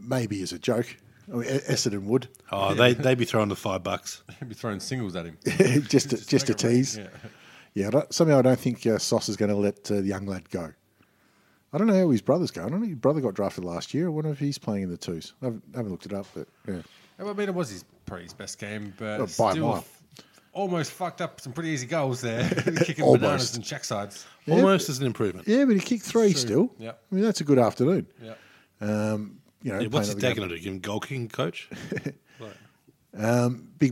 [SPEAKER 1] Maybe as a joke. I mean, E- Essendon
[SPEAKER 2] (laughs)
[SPEAKER 1] would.
[SPEAKER 3] Oh, they they'd be throwing the five bucks.
[SPEAKER 2] He'd be throwing singles at him.
[SPEAKER 1] (laughs) just a, just a
[SPEAKER 2] make it rain,
[SPEAKER 1] tease. Yeah, I don't- somehow I don't think uh, Sauce is going to let uh, the young lad go. I don't know how his brother's going. I don't know. His brother got drafted last year. I wonder if he's playing in the twos. I haven't, haven't looked it up, but yeah.
[SPEAKER 2] Yeah, well, I mean, it was his, probably his best game, but
[SPEAKER 1] Oh, by a
[SPEAKER 2] still
[SPEAKER 1] mile.
[SPEAKER 2] almost fucked up some pretty easy
[SPEAKER 1] (laughs)
[SPEAKER 2] goals there, (laughs) kicking
[SPEAKER 1] Almost.
[SPEAKER 2] bananas and check sides.
[SPEAKER 3] Almost as an improvement.
[SPEAKER 1] Yeah, but he kicked three still.
[SPEAKER 2] Yeah.
[SPEAKER 1] I mean, that's a good afternoon.
[SPEAKER 2] Yeah.
[SPEAKER 1] Um, you know,
[SPEAKER 3] Yeah, what's he
[SPEAKER 1] playing
[SPEAKER 3] taking it? Give him goal kicking coach?
[SPEAKER 1] Big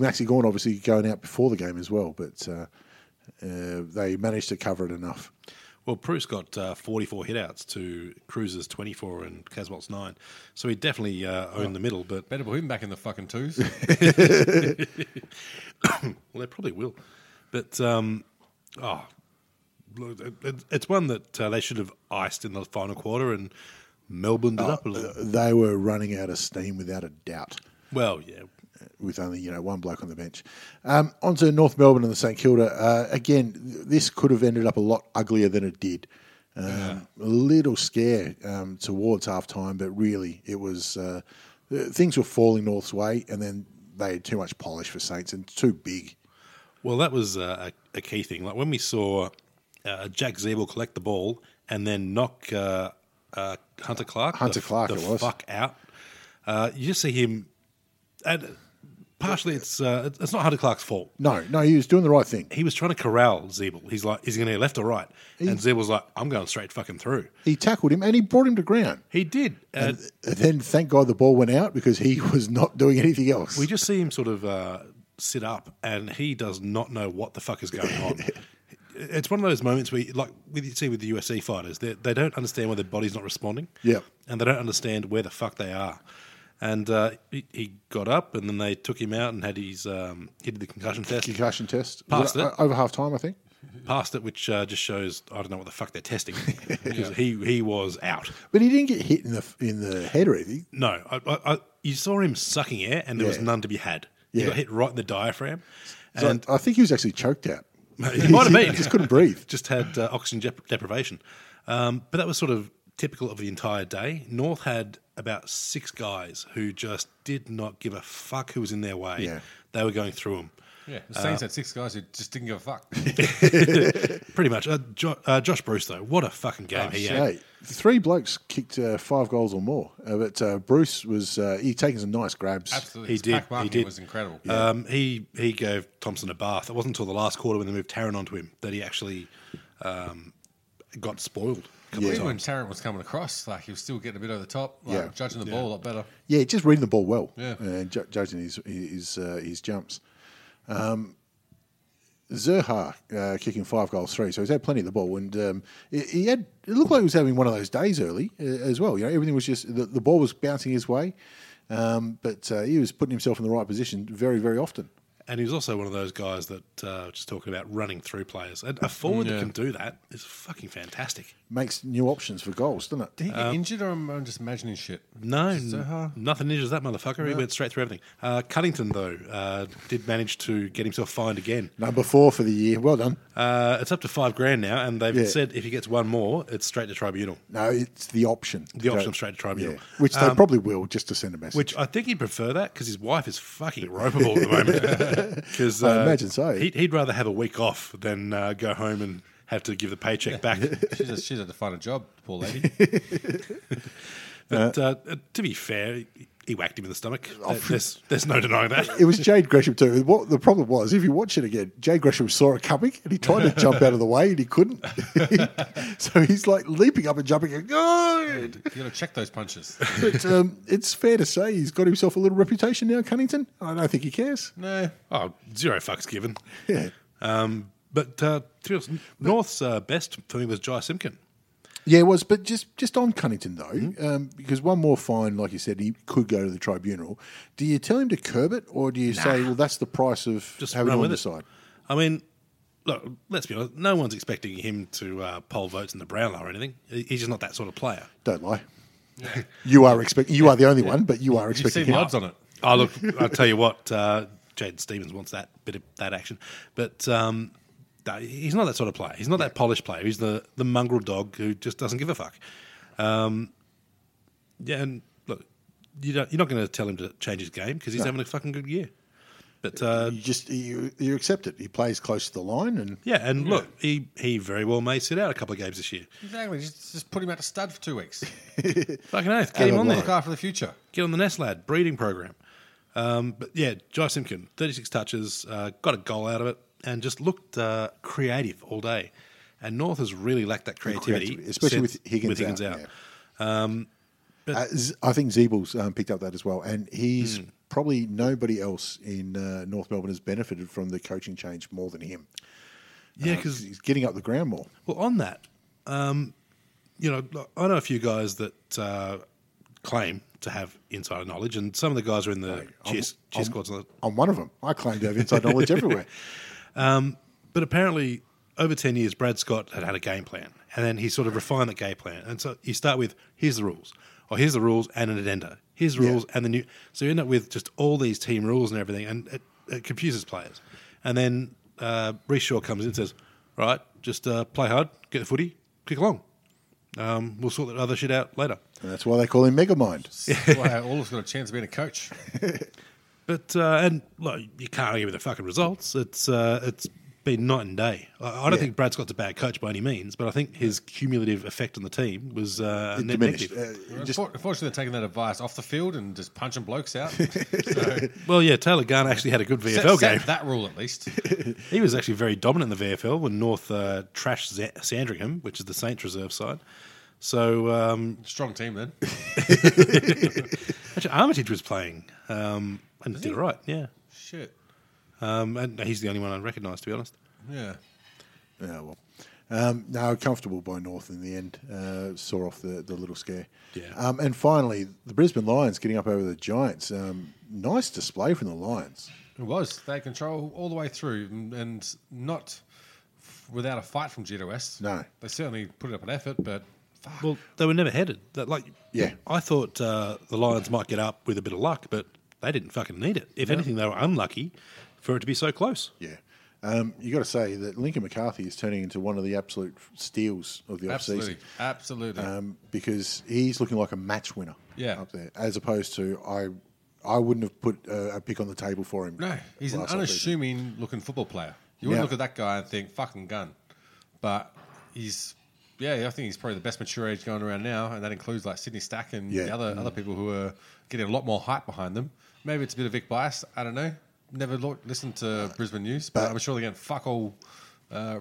[SPEAKER 1] Maxi Gorn obviously going out before the game as well, but uh, uh, they managed to cover it enough.
[SPEAKER 3] Well, Bruce got uh, 44 hitouts to Cruz's 24 and Caswell's 9. So he definitely uh, owned the middle, but
[SPEAKER 2] Better put him back in the
[SPEAKER 1] (laughs)
[SPEAKER 2] fucking twos.
[SPEAKER 3] well, they probably will. But, um, oh, look, it- it- it's one that uh, they should have iced in the final quarter and Melbourne it up a little.
[SPEAKER 1] They were running out of steam without a doubt.
[SPEAKER 3] well, yeah.
[SPEAKER 1] with only you know one bloke on the bench. Um, on to North Melbourne and the St Kilda. Uh, again, th- this could have ended up a lot uglier than it did. Um, A little scare um, towards half time, but really it was uh, th- things were falling North's way, and then they had too much polish for Saints and too big.
[SPEAKER 3] Well, that was uh, a, a key thing. Like when we saw uh, Jack Zeeble collect the ball and then knock uh, uh, Hunter Clark,
[SPEAKER 1] Hunter
[SPEAKER 3] the,
[SPEAKER 1] Clark
[SPEAKER 3] the
[SPEAKER 1] it was.
[SPEAKER 3] fuck out. Uh, you just see him, and partially it's uh, it's not Hunter Clark's fault.
[SPEAKER 1] No, no, he was doing the right thing.
[SPEAKER 3] He was trying to corral Zeeble. He's like, is he going to go left or right? and Zeeble's like, I'm going straight fucking through.
[SPEAKER 1] He tackled him and he brought him to ground.
[SPEAKER 3] He did. And
[SPEAKER 1] And then, thank God, the ball went out because he (laughs) was not doing anything else.
[SPEAKER 3] we just see him sort of uh, sit up, and he does not know what the fuck is going
[SPEAKER 1] (laughs)
[SPEAKER 3] on. it's one of those moments where, you- like with you see with the USC fighters, they, they don't understand why their body's not responding.
[SPEAKER 1] Yep.
[SPEAKER 3] and they don't understand where the fuck they are. And uh, he, he got up, and then they took him out and had his um, he did the concussion test,
[SPEAKER 1] concussion test
[SPEAKER 3] Passed it.
[SPEAKER 1] O- over half time, I think.
[SPEAKER 3] passed it, which uh, just shows I don't know what the fuck they're
[SPEAKER 1] (laughs)
[SPEAKER 3] testing. 'Cause he he was out.
[SPEAKER 1] But he didn't get hit in the in the head or anything.
[SPEAKER 3] No, I, I, I, you saw him sucking air, and there was
[SPEAKER 1] Yeah.
[SPEAKER 3] none to be had.
[SPEAKER 1] Yeah.
[SPEAKER 3] He got hit right in the diaphragm,
[SPEAKER 1] So
[SPEAKER 3] and (laughs)
[SPEAKER 1] I think he was actually choked out.
[SPEAKER 3] It might have
[SPEAKER 1] (laughs)
[SPEAKER 3] been.
[SPEAKER 1] He just couldn't
[SPEAKER 3] (laughs)
[SPEAKER 1] breathe.
[SPEAKER 3] just had uh, oxygen dep- deprivation. Um, but that was sort of typical of the entire day. North had about six guys who just did not give a fuck who was in their way.
[SPEAKER 1] Yeah.
[SPEAKER 3] They were going through them.
[SPEAKER 2] Yeah,
[SPEAKER 1] Uh,
[SPEAKER 2] the Saints had six guys who just didn't give a
[SPEAKER 1] (laughs)
[SPEAKER 2] fuck.
[SPEAKER 3] Pretty much. Uh, jo- uh, Josh Bruce, though, what a fucking game
[SPEAKER 1] Oh,
[SPEAKER 3] he had.
[SPEAKER 1] Hey, three blokes kicked uh, five goals or more, uh, but uh, Bruce was uh, he taking some nice grabs.
[SPEAKER 2] Absolutely,
[SPEAKER 3] He
[SPEAKER 2] his
[SPEAKER 3] did,
[SPEAKER 2] Pack
[SPEAKER 3] he
[SPEAKER 2] marking
[SPEAKER 3] did.
[SPEAKER 2] was incredible.
[SPEAKER 3] Um, he he gave Thompson a bath. It wasn't until the last quarter when they moved Tarrant onto him that he actually um, got spoiled. A couple of
[SPEAKER 2] Even when
[SPEAKER 3] times.
[SPEAKER 2] Tarrant was coming across, like he was still getting a bit over the top, like,
[SPEAKER 1] Yeah.
[SPEAKER 2] judging the ball a lot better.
[SPEAKER 1] Yeah, just reading the ball well. Uh,
[SPEAKER 2] Yeah.
[SPEAKER 1] and ju- judging his his uh, his jumps. Um, Zerha uh, kicking five goals three, so he's had plenty of the ball, and um, he, he had it looked like he was having one of those days early uh, as well. You know, everything was just the, the ball was bouncing his way, um, but uh, he was putting himself in the right position very very often.
[SPEAKER 3] And he was also one of those guys that uh, just talking about running through players. And a forward that can do that is fucking fantastic.
[SPEAKER 1] Makes new options for goals, doesn't
[SPEAKER 2] Did
[SPEAKER 1] it?
[SPEAKER 2] he get injured, or am I just imagining shit?
[SPEAKER 3] No, n- nothing ninjas that motherfucker. He went straight through everything. Uh, Cunnington though uh, did manage to get himself fined again.
[SPEAKER 1] Number four for the year. Well done.
[SPEAKER 3] Uh, it's up to five grand now, and they've
[SPEAKER 1] Yeah.
[SPEAKER 3] said if he gets one more, it's straight to tribunal.
[SPEAKER 1] No, it's the option.
[SPEAKER 3] The option
[SPEAKER 1] Go-
[SPEAKER 3] straight to tribunal.
[SPEAKER 1] Yeah, which they probably will just to send a message.
[SPEAKER 3] Which I think he'd prefer that because his wife is fucking ropeable at
[SPEAKER 1] (laughs)
[SPEAKER 3] the moment. Because uh,
[SPEAKER 1] I imagine so.
[SPEAKER 3] He'd, he'd rather have a week off than uh, go home and have to give the
[SPEAKER 1] (laughs)
[SPEAKER 3] paycheck back.
[SPEAKER 2] She's, a, she's had to find a job, poor lady.
[SPEAKER 3] But uh, to be fair, he- he whacked him in the stomach.
[SPEAKER 1] Oh,
[SPEAKER 3] There's, there's no denying that.
[SPEAKER 1] (laughs) It was Jade Gresham too. What the problem was, if you watch it again, Jade Gresham saw it coming and he tried to jump out of the way and he couldn't. (laughs) so he's like leaping up and jumping. And, "Oh!"
[SPEAKER 2] you got to check those punches.
[SPEAKER 1] But um, it's fair to say he's got himself a little reputation now, Cunnington. I don't think he cares.
[SPEAKER 2] No,
[SPEAKER 3] Oh, zero fucks given.
[SPEAKER 1] Yeah,
[SPEAKER 3] Um, but uh, to be honest, North's uh, best for me was Jai Simpkin.
[SPEAKER 1] yeah, it was. But just just on Cunnington though, um, because one more fine, like you said, he could go to the tribunal. Do you tell him to curb it, or do you say, well, that's the price of
[SPEAKER 3] Just
[SPEAKER 1] having
[SPEAKER 3] run
[SPEAKER 1] him on
[SPEAKER 3] with
[SPEAKER 1] the
[SPEAKER 3] it.
[SPEAKER 1] side?
[SPEAKER 3] I mean, look, let's be honest. No one's expecting him to uh, poll votes in the Brownlow or anything. He- He's just not that sort of player.
[SPEAKER 1] Don't lie. (laughs) You are expect. You are the only one, but you are
[SPEAKER 2] you've
[SPEAKER 1] expecting
[SPEAKER 2] seen
[SPEAKER 1] him.
[SPEAKER 2] the odds on it.
[SPEAKER 3] Oh, look, I'll tell you what, uh, Jaden Stevens wants that bit of that action. But um, no, he's not that sort of player. He's not that polished player. He's the, the mongrel dog who just doesn't give a fuck. Um, yeah, and look, you don't, you're not going to tell him to change his game because he's having a fucking good year. But uh,
[SPEAKER 1] you just you, you accept it. He plays close to the line, and
[SPEAKER 3] yeah, and look, he, he very well may sit out a couple of games this year.
[SPEAKER 2] Exactly. Just, just put him out to stud for two weeks.
[SPEAKER 3] Fucking oath, get him on there.
[SPEAKER 2] Look after the future.
[SPEAKER 3] get on the nest lad breeding program. Um, but yeah, Jai Simpkin, 36 touches, uh, got a goal out of it, and just looked uh, creative all day. And North has really lacked that creativity,
[SPEAKER 1] creativity, especially
[SPEAKER 3] since-
[SPEAKER 1] with Higgins out,
[SPEAKER 3] out.
[SPEAKER 1] yeah.
[SPEAKER 3] Um,
[SPEAKER 1] uh, Z- I think Zeebel's um, picked up that as well, and
[SPEAKER 3] Hmm.
[SPEAKER 1] he's probably nobody else in uh, North Melbourne has benefited from the coaching change more than him.
[SPEAKER 3] Yeah, because
[SPEAKER 1] He's getting up the ground more.
[SPEAKER 3] Well, on that, um, you know, look, I know a few guys that uh, claim to have insider knowledge, and some of the guys are in the cheer, cheer squads. and that.
[SPEAKER 1] I'm one of them. I claim to have inside knowledge everywhere.
[SPEAKER 3] But apparently, over 10 years, Brad Scott had had a game plan, and then he sort of refined that game plan. And so you start with here's the rules, or here's the rules and an addenda, here's the rules and the new. So you end up with just all these team rules and everything, and it, it confuses players. And then uh, Reece Shaw comes in and says, right, just uh, play hard, get the footy, click along. Um, we'll sort that other shit out later.
[SPEAKER 1] And that's why they call him Megamind.
[SPEAKER 2] Wow, all has got a chance of being a coach.
[SPEAKER 3] But uh, and look, you can't argue with the fucking results. It's uh, it's been night and day. I, I don't think Brad Scott's a bad coach by any means, but I think his cumulative effect on the team was uh, net
[SPEAKER 1] Diminished.
[SPEAKER 3] negative.
[SPEAKER 1] Uh, just
[SPEAKER 2] Unfor- Unfortunately, they're taking that advice off the field and just punching blokes out. So,
[SPEAKER 3] Well, yeah, Taylor Garner actually had a good
[SPEAKER 2] set-
[SPEAKER 3] VFL
[SPEAKER 2] set
[SPEAKER 3] game.
[SPEAKER 2] that rule at least.
[SPEAKER 3] He was actually very dominant in the VFL when North uh, trashed Z- Sandringham, which is the Saints reserve side. So um,
[SPEAKER 2] Strong team then.
[SPEAKER 3] actually, Armitage was playing um, and did it right. Yeah,
[SPEAKER 2] Shit.
[SPEAKER 3] um, and he's the only one I recognise, to be honest.
[SPEAKER 2] Yeah.
[SPEAKER 1] Yeah, well, um, no, comfortable by North in the end. Uh, saw off the, the little scare.
[SPEAKER 3] Yeah.
[SPEAKER 1] Um, and finally, the Brisbane Lions getting up over the Giants. Um, nice display from the Lions.
[SPEAKER 2] It was. They had control all the way through and, and not f- without a fight from Jetta West.
[SPEAKER 1] No.
[SPEAKER 2] They certainly put up an effort, but fuck.
[SPEAKER 3] Well, they were never headed. That like,
[SPEAKER 1] Yeah.
[SPEAKER 3] I thought uh, the Lions might get up with a bit of luck, but they didn't fucking need it. If anything, they were unlucky for it to be so close.
[SPEAKER 1] Yeah. Um, you got to say that Lincoln McCarthy is turning into one of the absolute steals of the
[SPEAKER 2] absolutely.
[SPEAKER 1] offseason
[SPEAKER 2] Absolutely.
[SPEAKER 1] um, because he's looking like a match winner
[SPEAKER 2] Yeah.
[SPEAKER 1] up there, as opposed to I. I wouldn't have put a, a pick on the table for him.
[SPEAKER 2] No, he's an
[SPEAKER 1] last off-season.
[SPEAKER 2] unassuming looking football player. You wouldn't
[SPEAKER 1] Yeah.
[SPEAKER 2] look at that guy and think, fucking gun. But he's, yeah, I think he's probably the best mature age going around now. And that includes like Sydney Stack and the
[SPEAKER 1] Yeah. Mm.
[SPEAKER 2] other, other people who are getting a lot more hype behind them. Maybe it's a bit of Vic bias. I don't know. Never lo- listened to Brisbane News, but,
[SPEAKER 1] But-
[SPEAKER 2] I'm sure they're getting fuck all, uh,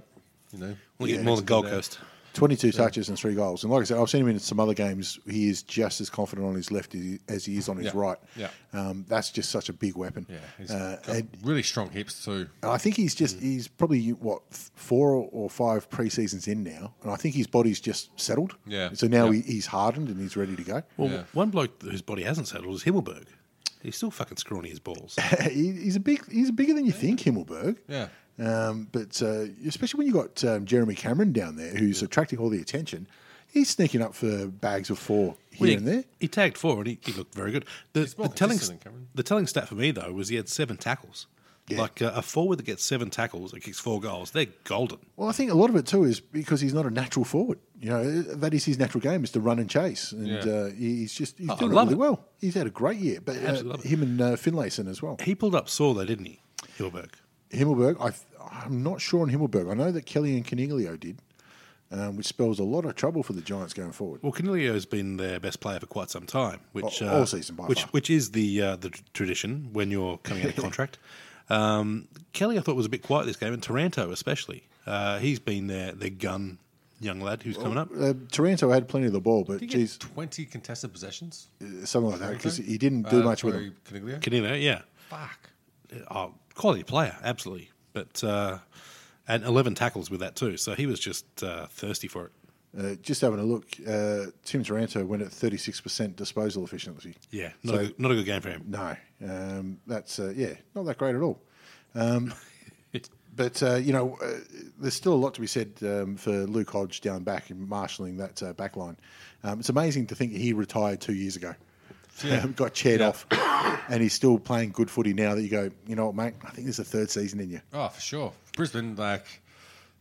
[SPEAKER 2] you know.
[SPEAKER 3] We'll get more than Gold Coast.
[SPEAKER 1] 22 touches and three goals. And like I said, I've seen him in some other games. He is just as confident on his left as- as he is on his
[SPEAKER 2] Yeah.
[SPEAKER 1] right.
[SPEAKER 2] Yeah.
[SPEAKER 1] Um, that's just such a big weapon.
[SPEAKER 2] Yeah, he's
[SPEAKER 1] Uh,
[SPEAKER 2] got Mm.
[SPEAKER 1] and-
[SPEAKER 2] really strong hips too.
[SPEAKER 1] And I think he's just he's probably what f- four or five pre seasons in now, and I think his body's just settled.
[SPEAKER 2] Yeah.
[SPEAKER 1] So now
[SPEAKER 2] Yeah.
[SPEAKER 1] he, he's hardened and he's ready to go. (laughs)
[SPEAKER 3] Well, one bloke whose body hasn't settled is Himmelberg. He's still fucking scrawny as balls.
[SPEAKER 1] he, he's a big he's bigger than you think, Himmelberg.
[SPEAKER 2] Yeah.
[SPEAKER 1] Um, but uh, especially when you got um, Jeremy Cameron down there, who's attracting all the attention, he's sneaking up for bags of four here
[SPEAKER 3] Well, he,
[SPEAKER 1] and there.
[SPEAKER 3] he tagged four and he, he looked very good. The,
[SPEAKER 2] more
[SPEAKER 3] the telling
[SPEAKER 2] consistent than Cameron.
[SPEAKER 3] the telling stat for me though was he had seven tackles. Like uh, a forward that gets seven tackles and kicks four goals, they're golden.
[SPEAKER 1] Well, I think a lot of it too is because he's not a natural forward. You know, that is his natural game is to run and chase, and
[SPEAKER 2] Yeah.
[SPEAKER 1] uh, he's just he's
[SPEAKER 3] Oh, I
[SPEAKER 1] doing it
[SPEAKER 3] love
[SPEAKER 1] really
[SPEAKER 3] it.
[SPEAKER 1] well. He's had a great year, but
[SPEAKER 3] absolutely
[SPEAKER 1] uh,
[SPEAKER 3] love it.
[SPEAKER 1] him and uh, Finlayson as well.
[SPEAKER 3] He pulled up sore though, didn't he, Hilberg?
[SPEAKER 1] Himmelberg, I, I'm not sure on Himmelberg. I know that Kelly and Caniglio did, um, which spells a lot of trouble for the Giants going forward.
[SPEAKER 3] Well, Canelio's been their best player for quite some time, which
[SPEAKER 1] All-
[SPEAKER 3] uh,
[SPEAKER 1] all season by
[SPEAKER 3] which
[SPEAKER 1] far.
[SPEAKER 3] which is the uh, the tr- tradition when you're
[SPEAKER 1] (laughs)
[SPEAKER 3] coming out of contract. Um, Kelly, I thought was a bit quiet this game, and Taranto especially. Uh, he's been their their gun young lad who's coming up.
[SPEAKER 1] Uh, Taranto had plenty of the ball, but
[SPEAKER 2] Did he
[SPEAKER 1] geez,
[SPEAKER 2] get 20 contested possessions?
[SPEAKER 1] something like that because he didn't do
[SPEAKER 2] Uh,
[SPEAKER 1] much with
[SPEAKER 2] sorry,
[SPEAKER 1] him.
[SPEAKER 2] Caniglio?
[SPEAKER 3] Canelio, yeah,
[SPEAKER 2] Fuck.
[SPEAKER 3] oh, quality player, absolutely. But uh, and eleven tackles with that too, so he was just uh, thirsty for it.
[SPEAKER 1] Uh, just having a look, uh, Tim Taranto went at 36% disposal efficiency.
[SPEAKER 3] Yeah, not, a, good, not a good game for him.
[SPEAKER 1] No, um, that's uh, yeah, not that great at all.
[SPEAKER 2] (laughs)
[SPEAKER 1] Um, but uh, you know, uh, there's still a lot to be said um, for Luke Hodge down back and marshalling that uh, back line. Um, it's amazing to think he retired two years ago, (laughs) got chaired
[SPEAKER 2] Yeah.
[SPEAKER 1] off, (coughs) and he's still playing good footy now. That you go, you know what, mate? I think there's a third season in you.
[SPEAKER 2] Oh, for sure. Brisbane, like,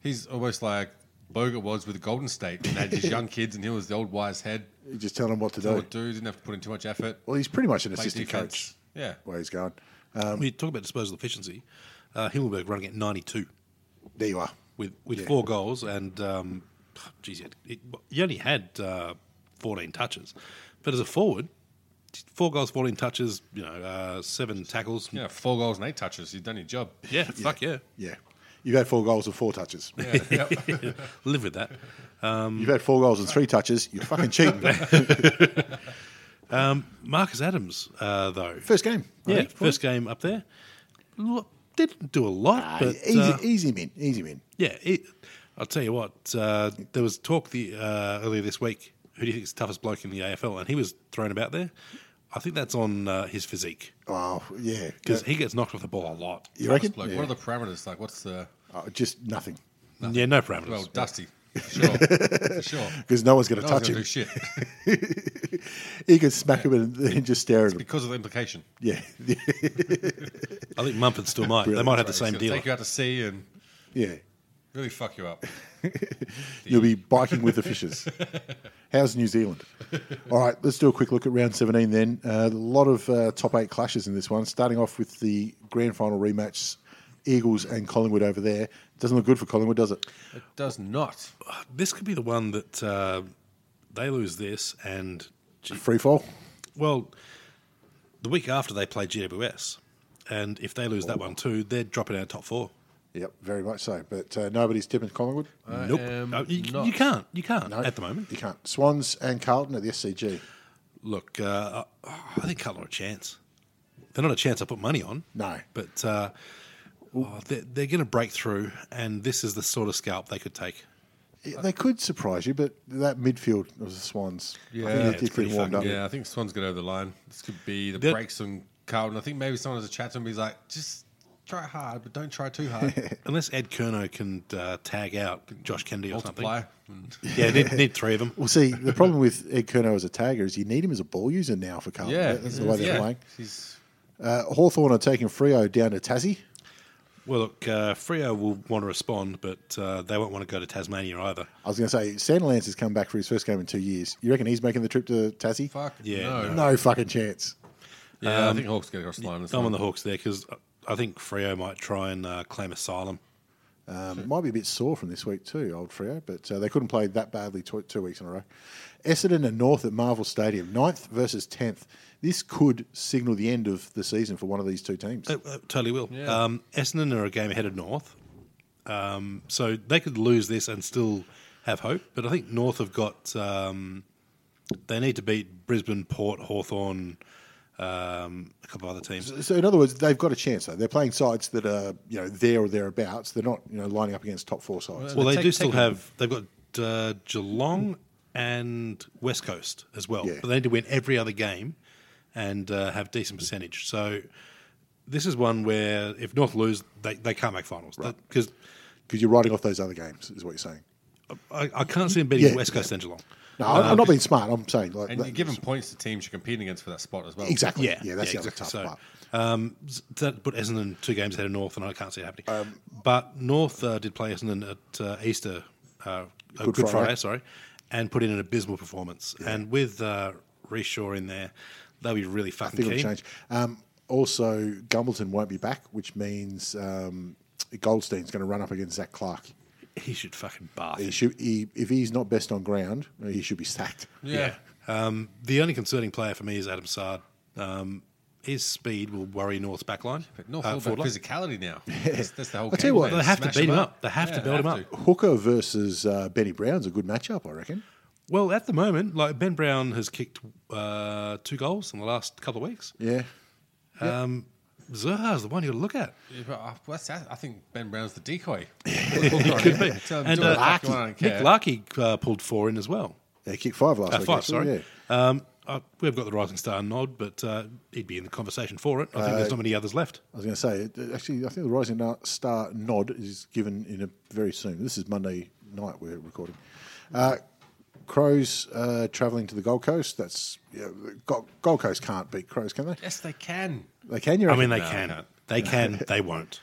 [SPEAKER 2] he's almost like Bogart was with Golden State and
[SPEAKER 1] (laughs)
[SPEAKER 2] had his young kids, and he was the old wise head.
[SPEAKER 1] You just tell him what to
[SPEAKER 2] What
[SPEAKER 1] do.
[SPEAKER 2] would do, didn't have to put in too much effort.
[SPEAKER 1] Well, he's pretty much an
[SPEAKER 2] Play
[SPEAKER 1] assistant
[SPEAKER 2] defense.
[SPEAKER 1] coach.
[SPEAKER 2] Yeah.
[SPEAKER 1] Where he's going, um,
[SPEAKER 3] we talk about disposal efficiency. Uh, Himmelberg running at ninety two.
[SPEAKER 1] there you are.
[SPEAKER 3] with with four goals and um, geez, he, had, he- he only had uh, fourteen touches, but as a forward, four goals, fourteen touches, you know, uh, seven tackles.
[SPEAKER 2] Yeah, four goals and eight touches. You've done your job.
[SPEAKER 3] Yeah, fuck yeah, (laughs)
[SPEAKER 1] Yeah, you've had four goals and four touches.
[SPEAKER 3] live with that.
[SPEAKER 1] (laughs) You've had four goals and three touches. You're fucking cheating.
[SPEAKER 2] (laughs)
[SPEAKER 3] Marcus Adams, uh, though,
[SPEAKER 1] First game. I
[SPEAKER 3] yeah,
[SPEAKER 1] think, for him.
[SPEAKER 3] first game up there, Lo- didn't do a lot, but
[SPEAKER 1] easy,
[SPEAKER 3] uh,
[SPEAKER 1] easy min, easy min.
[SPEAKER 3] yeah, it, I'll tell you what. Uh, there was talk the uh, earlier this week. Who do you think is the toughest bloke in the AFL? And he was thrown about there. I think that's on uh, his physique
[SPEAKER 1] Oh yeah,
[SPEAKER 3] because he gets knocked off the ball a lot.
[SPEAKER 1] you reckon?
[SPEAKER 2] Like,
[SPEAKER 1] Yeah.
[SPEAKER 2] What are the parameters? Like, what's the.
[SPEAKER 1] Oh, just nothing
[SPEAKER 3] Yeah, no parameters.
[SPEAKER 2] Well,
[SPEAKER 1] (laughs)
[SPEAKER 2] Dusty. For sure. for sure.
[SPEAKER 1] because no one's going to
[SPEAKER 2] No one's
[SPEAKER 1] touch
[SPEAKER 2] gonna
[SPEAKER 1] him. (laughs)
[SPEAKER 2] do shit
[SPEAKER 1] He could smack him and then just stare at him.
[SPEAKER 2] because of the implication.
[SPEAKER 1] Yeah, (laughs)
[SPEAKER 3] I think Mumford still might. they might have the
[SPEAKER 2] He's
[SPEAKER 3] same
[SPEAKER 2] gonna
[SPEAKER 3] deal.
[SPEAKER 2] Take you out to sea and
[SPEAKER 1] yeah.
[SPEAKER 2] really fuck you up.
[SPEAKER 1] You'll be biking with the
[SPEAKER 3] (laughs)
[SPEAKER 1] fishes. How's New Zealand? All right, let's do a quick look at round 17 then. Uh, a lot of uh, top eight clashes in this one, starting off with the grand final rematch Eagles and Collingwood over there. Doesn't look good for Collingwood, does it?
[SPEAKER 2] It does not.
[SPEAKER 3] This could be the one that uh, they lose this, and gee,
[SPEAKER 1] Free fall.
[SPEAKER 3] well, the week after they play GWS, and if they
[SPEAKER 2] Oh.
[SPEAKER 3] lose that one too, they're dropping out of top four.
[SPEAKER 1] Yep, very much so. But uh, nobody's tipping Collingwood.
[SPEAKER 3] nope,
[SPEAKER 2] am
[SPEAKER 3] No, you,
[SPEAKER 2] not.
[SPEAKER 3] you can't. You can't
[SPEAKER 1] No,
[SPEAKER 3] Uh, at the moment.
[SPEAKER 1] You can't. Swans and Carlton at the SCG.
[SPEAKER 3] Look, uh, I think Carlton are a chance. They're not a chance I put money on.
[SPEAKER 1] No.
[SPEAKER 3] but uh, oh, they're, they're going to break through, and this is the sort of scalp they could take. Uh,
[SPEAKER 1] Yeah, They could surprise you, but that midfield of the Swans, I
[SPEAKER 2] Yeah,
[SPEAKER 1] think
[SPEAKER 2] it's
[SPEAKER 1] it's
[SPEAKER 3] pretty
[SPEAKER 1] getting warmed up.
[SPEAKER 3] fucking
[SPEAKER 2] Yeah, I think Swans get over the line. This could be the
[SPEAKER 3] They're-
[SPEAKER 2] breaks on Carlton. I think maybe someone has a chat to him. He's like, just try hard, but don't try too
[SPEAKER 1] (laughs)
[SPEAKER 2] hard.
[SPEAKER 3] Unless Ed Kerno can uh, tag out Josh Kennedy or something.
[SPEAKER 2] Multiply. And-
[SPEAKER 3] Yeah, need, need three of them.
[SPEAKER 1] Well, see, the
[SPEAKER 2] (laughs)
[SPEAKER 1] problem with Ed Curnow as a tagger is you need him as a ball user now for Carlton.
[SPEAKER 2] Yeah,
[SPEAKER 1] That's the way they're
[SPEAKER 2] yeah.
[SPEAKER 1] playing.
[SPEAKER 2] He's
[SPEAKER 1] Uh, Hawthorne are taking Frio down to Tassie.
[SPEAKER 3] Well, look, uh, Frio will want to respond, but uh, they won't want to go to Tasmania either.
[SPEAKER 1] I was going to say, Santa Lance has come back for his first game in two years. You reckon he's making the trip to Tassie?
[SPEAKER 2] fuck.
[SPEAKER 3] Yeah,
[SPEAKER 2] no.
[SPEAKER 1] No fucking chance.
[SPEAKER 2] Yeah, I think Hawks get across the line. this
[SPEAKER 3] I'm
[SPEAKER 2] time.
[SPEAKER 3] on the Hawks there because I think Freo might try and uh, claim asylum.
[SPEAKER 1] Um, might be a bit sore from this week too, old Freo, but uh, they couldn't play that badly tw- two weeks in a row. Essendon and North at Marvel Stadium, 9th versus 10th. This could signal the end of the season for one of these two teams.
[SPEAKER 3] It, it Uh, totally will. Um, Essendon are a game ahead of North, um, so they could lose this and still have hope. But I think North have got um, they need to beat Brisbane, Port, Hawthorn, um, a couple of other teams.
[SPEAKER 1] So, in other words, they've got a chance though. They're playing sides that are you know there or thereabouts. They're not you know lining up against top four sides.
[SPEAKER 3] Well, they
[SPEAKER 2] Take-
[SPEAKER 3] do still
[SPEAKER 2] take a-
[SPEAKER 3] have they've got uh, Geelong and West Coast as well,
[SPEAKER 1] Yeah.
[SPEAKER 3] but they need to win every other game and uh, have decent percentage. So this is one where if North lose, they, they can't make finals because.
[SPEAKER 1] Because you're writing off those other games, is what you're saying.
[SPEAKER 3] I, I can't see them beating
[SPEAKER 1] Yeah.
[SPEAKER 3] West Coast and Geelong.
[SPEAKER 1] No, I'm- I'm not being smart. I'm saying like
[SPEAKER 2] And
[SPEAKER 1] that-
[SPEAKER 2] you give them points to teams you're competing against for that spot as well.
[SPEAKER 1] exactly. Yeah,
[SPEAKER 3] Yeah,
[SPEAKER 1] yeah, that's
[SPEAKER 3] yeah,
[SPEAKER 1] the other
[SPEAKER 3] exactly.
[SPEAKER 1] tough
[SPEAKER 3] So-
[SPEAKER 1] part.
[SPEAKER 3] Um, s- that put Essendon two games ahead of North, and I can't see it happening.
[SPEAKER 1] Um,
[SPEAKER 3] but North uh, did play Essendon at uh, Easter, uh, Good, Good
[SPEAKER 1] Friday.
[SPEAKER 3] Friday. sorry, and put in an abysmal performance. And with uh, Reece Shaw in there, they'll be really
[SPEAKER 1] I
[SPEAKER 3] fucking
[SPEAKER 1] think
[SPEAKER 3] keen.
[SPEAKER 1] it'll change. Um, also, Gumbleton won't be back, which means um, Goldstein's going to run up against Zach Clark.
[SPEAKER 3] He should fucking bath.
[SPEAKER 1] He should, he, if he's not best on ground, he should be sacked.
[SPEAKER 2] Yeah.
[SPEAKER 3] Um, the only concerning player for me is Adam Sard. Um, his speed will worry North's backline.
[SPEAKER 2] But North
[SPEAKER 3] uh,
[SPEAKER 2] uh,
[SPEAKER 3] forward line.
[SPEAKER 1] (laughs)
[SPEAKER 2] physicality now. That's, that's the whole
[SPEAKER 1] I tell you
[SPEAKER 2] game
[SPEAKER 1] what,
[SPEAKER 2] plan.
[SPEAKER 3] They have to
[SPEAKER 2] Smash
[SPEAKER 3] beat
[SPEAKER 2] them
[SPEAKER 3] him up. They have to
[SPEAKER 2] Yeah,
[SPEAKER 3] build
[SPEAKER 2] they
[SPEAKER 3] him
[SPEAKER 2] have
[SPEAKER 3] up.
[SPEAKER 2] to.
[SPEAKER 1] Hooker versus uh, Benny Brown's a good matchup, I reckon.
[SPEAKER 3] Well, at the moment, like Ben Brown has kicked uh, two goals in the last couple of weeks.
[SPEAKER 1] Yeah.
[SPEAKER 3] Um, Zaha's the one you got to look at.
[SPEAKER 2] Yeah, but I- what's that? I think Ben Brown's
[SPEAKER 1] (laughs)
[SPEAKER 2] the decoy.
[SPEAKER 3] Could be.
[SPEAKER 2] Tell him,
[SPEAKER 3] And,
[SPEAKER 2] do it
[SPEAKER 3] uh,
[SPEAKER 2] like you want, I don't
[SPEAKER 3] Nick
[SPEAKER 2] care.
[SPEAKER 3] Larkey uh, pulled four in as well.
[SPEAKER 1] They kicked five last
[SPEAKER 3] Uh,
[SPEAKER 1] week.
[SPEAKER 3] five,
[SPEAKER 1] actually,
[SPEAKER 3] sorry.
[SPEAKER 1] yeah.
[SPEAKER 3] Um, uh, we've got the Rising Star nod, but uh, he'd be in the conversation for it. I think
[SPEAKER 2] Uh,
[SPEAKER 3] there's not many others left.
[SPEAKER 1] I was going to say, it- it- actually, I think the Rising Na- Star nod is given in a very soon. This is Monday night we're recording. Uh, Crows uh, travelling to the Gold Coast. That's yeah, Go- Gold Coast can't beat Crows, can they?
[SPEAKER 2] Yes, they can.
[SPEAKER 1] They can. You
[SPEAKER 3] I mean,
[SPEAKER 1] reckon?
[SPEAKER 3] they can. They
[SPEAKER 2] (laughs)
[SPEAKER 3] can. They won't.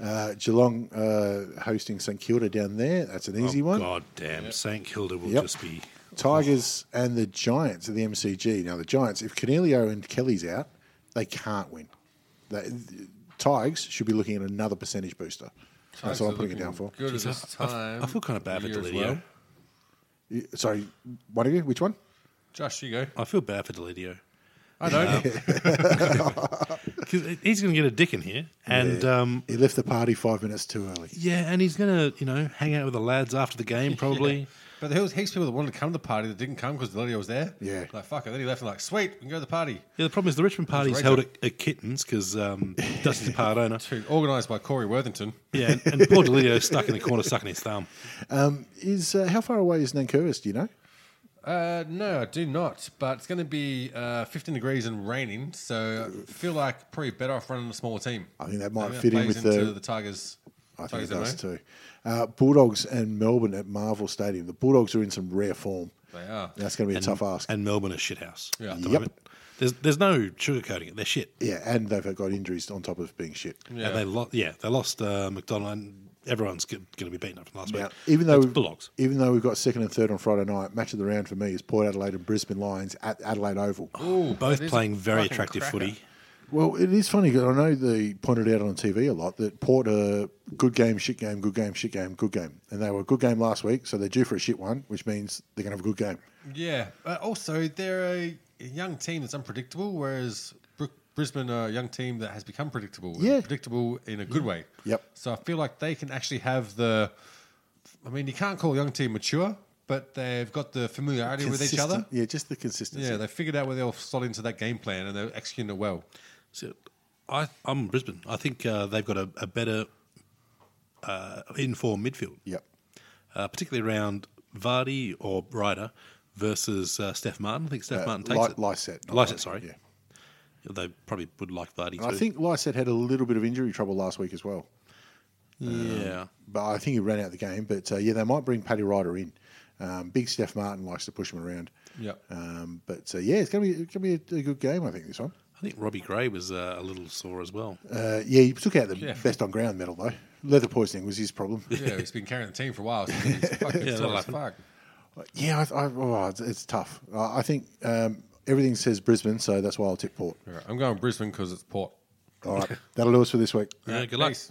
[SPEAKER 1] uh, Geelong uh, hosting St Kilda down there. That's an easy one.
[SPEAKER 3] Oh, God damn. St Kilda will
[SPEAKER 1] Yep.
[SPEAKER 3] just be.
[SPEAKER 1] Tigers and the Giants at the MCG. Now the Giants, if Cornelio and Kelly's out, they can't win. They, the Tigers should be looking at another percentage booster. That's what I'm putting it down for.
[SPEAKER 2] Good at this
[SPEAKER 3] I,
[SPEAKER 2] time.
[SPEAKER 3] I feel kind of bad for
[SPEAKER 2] Year as
[SPEAKER 3] Delidio.
[SPEAKER 2] well.
[SPEAKER 1] You- Sorry, one of you. Which one?
[SPEAKER 2] Josh, you go.
[SPEAKER 3] I feel bad for Delidio.
[SPEAKER 2] I don't.
[SPEAKER 1] (laughs)
[SPEAKER 3] Because he's going to get a dick in here. And um,
[SPEAKER 1] He left the party five minutes too early.
[SPEAKER 3] yeah, and he's going to, you know, hang out with the lads after the
[SPEAKER 2] (laughs)
[SPEAKER 3] game, probably.
[SPEAKER 2] But there was heaps of people that wanted to come to the party that didn't come because Delidio was there.
[SPEAKER 1] Yeah.
[SPEAKER 2] Like, fuck it. Then he left and like, sweet, we can go to the party.
[SPEAKER 3] Yeah, the problem is the Richmond party's
[SPEAKER 2] Rachel.
[SPEAKER 3] held at, at Kittens because um, Dusty's a part owner.
[SPEAKER 2] Who- Organised by Corey Worthington.
[SPEAKER 3] Yeah, and, and poor Delidio's stuck in the corner sucking his thumb.
[SPEAKER 1] Is uh, how far away is Nankervis? Do you know?
[SPEAKER 2] Uh, no, I do not. But it's going to be uh, 15 degrees and raining, so I feel like probably better off running a smaller team.
[SPEAKER 1] I think that might
[SPEAKER 2] that
[SPEAKER 1] fit in
[SPEAKER 2] plays
[SPEAKER 1] with
[SPEAKER 2] into
[SPEAKER 1] the-
[SPEAKER 2] the Tigers.
[SPEAKER 1] I think
[SPEAKER 2] Tigers
[SPEAKER 1] it Oh, does
[SPEAKER 2] MO.
[SPEAKER 1] too. Uh, Bulldogs and Melbourne at Marvel Stadium. The Bulldogs are in some rare form.
[SPEAKER 2] They are.
[SPEAKER 1] That's going to be a tough ask.
[SPEAKER 3] And Melbourne is shithouse.
[SPEAKER 2] Yeah.
[SPEAKER 3] At the
[SPEAKER 1] Yep.
[SPEAKER 3] moment. There's, there's no sugarcoating it. They're shit.
[SPEAKER 1] yeah, and they've got injuries on top of being shit.
[SPEAKER 3] Yeah. And they lo- yeah, they lost uh, McDonald and everyone's going to be beaten up from last
[SPEAKER 1] Now,
[SPEAKER 3] week.
[SPEAKER 1] even though
[SPEAKER 3] That's
[SPEAKER 1] we've,
[SPEAKER 3] Bulldogs.
[SPEAKER 1] even though we've got second and third on Friday night, match of the round for me is Port Adelaide and Brisbane Lions at Adelaide Oval.
[SPEAKER 2] Ooh,
[SPEAKER 3] Both
[SPEAKER 2] that is
[SPEAKER 3] playing
[SPEAKER 2] a
[SPEAKER 3] very
[SPEAKER 2] fucking
[SPEAKER 3] attractive
[SPEAKER 2] cracker.
[SPEAKER 3] footy.
[SPEAKER 1] Well, it is funny because I know they pointed out on TV a lot that Port are good game, shit game, good game, shit game, good game, and they were a good game last week, so they're due for a shit one, which means they're going to have a good game.
[SPEAKER 2] Yeah. Uh, also, they're a young team that's unpredictable, whereas Br- Brisbane are a young team that has become predictable. and
[SPEAKER 1] Yeah.
[SPEAKER 2] Predictable in a good way.
[SPEAKER 1] Yep.
[SPEAKER 2] So I feel like they can actually have the. I mean, you can't call a young team mature, but they've got the familiarity with each other.
[SPEAKER 1] Consistent- Yeah, just the consistency.
[SPEAKER 2] Yeah, they figured out where they'll slot into that game plan and they're executing it well.
[SPEAKER 3] So I, I'm Brisbane. I think uh, they've got a, a better uh, in-form midfield.
[SPEAKER 1] Yep.
[SPEAKER 3] uh, particularly around Vardy or Ryder versus uh, Steph Martin. I think Steph Martin takes
[SPEAKER 1] Ly-
[SPEAKER 3] it.
[SPEAKER 1] Lycett, not Vardy,
[SPEAKER 3] Lycett, sorry.
[SPEAKER 1] yeah.
[SPEAKER 3] They probably would like Vardy
[SPEAKER 1] And
[SPEAKER 3] too.
[SPEAKER 1] I think Lysette had a little bit of injury trouble last week as well,
[SPEAKER 3] yeah.
[SPEAKER 1] but I think he ran out the game. But uh, yeah, they might bring Paddy Ryder in. Um, Big Steph Martin likes to push him around.
[SPEAKER 2] Yep.
[SPEAKER 1] Um, but uh, yeah, it's going to be it's going to be a, a good game. I think this one.
[SPEAKER 3] I think Robbie Gray was uh, a little sore as well.
[SPEAKER 1] Uh, yeah, he took out the best on ground medal though. Leather poisoning was his problem.
[SPEAKER 2] Yeah, he's been carrying the team for a while. So (laughs) he's fucking
[SPEAKER 3] Yeah,
[SPEAKER 2] sore
[SPEAKER 3] that'll
[SPEAKER 2] as
[SPEAKER 3] happen.
[SPEAKER 2] fuck.
[SPEAKER 1] Yeah, I, I, oh, it's, it's tough. I, I think um, everything says Brisbane, so that's why I'll tip Port.
[SPEAKER 2] All right, I'm going Brisbane because it's Port.
[SPEAKER 1] All right, that'll do us for this week.
[SPEAKER 3] Yeah, good luck.
[SPEAKER 2] Thanks.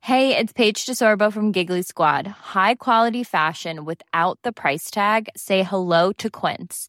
[SPEAKER 5] Hey, it's Paige DeSorbo from Giggly Squad. High quality fashion without the price tag. Say hello to Quince.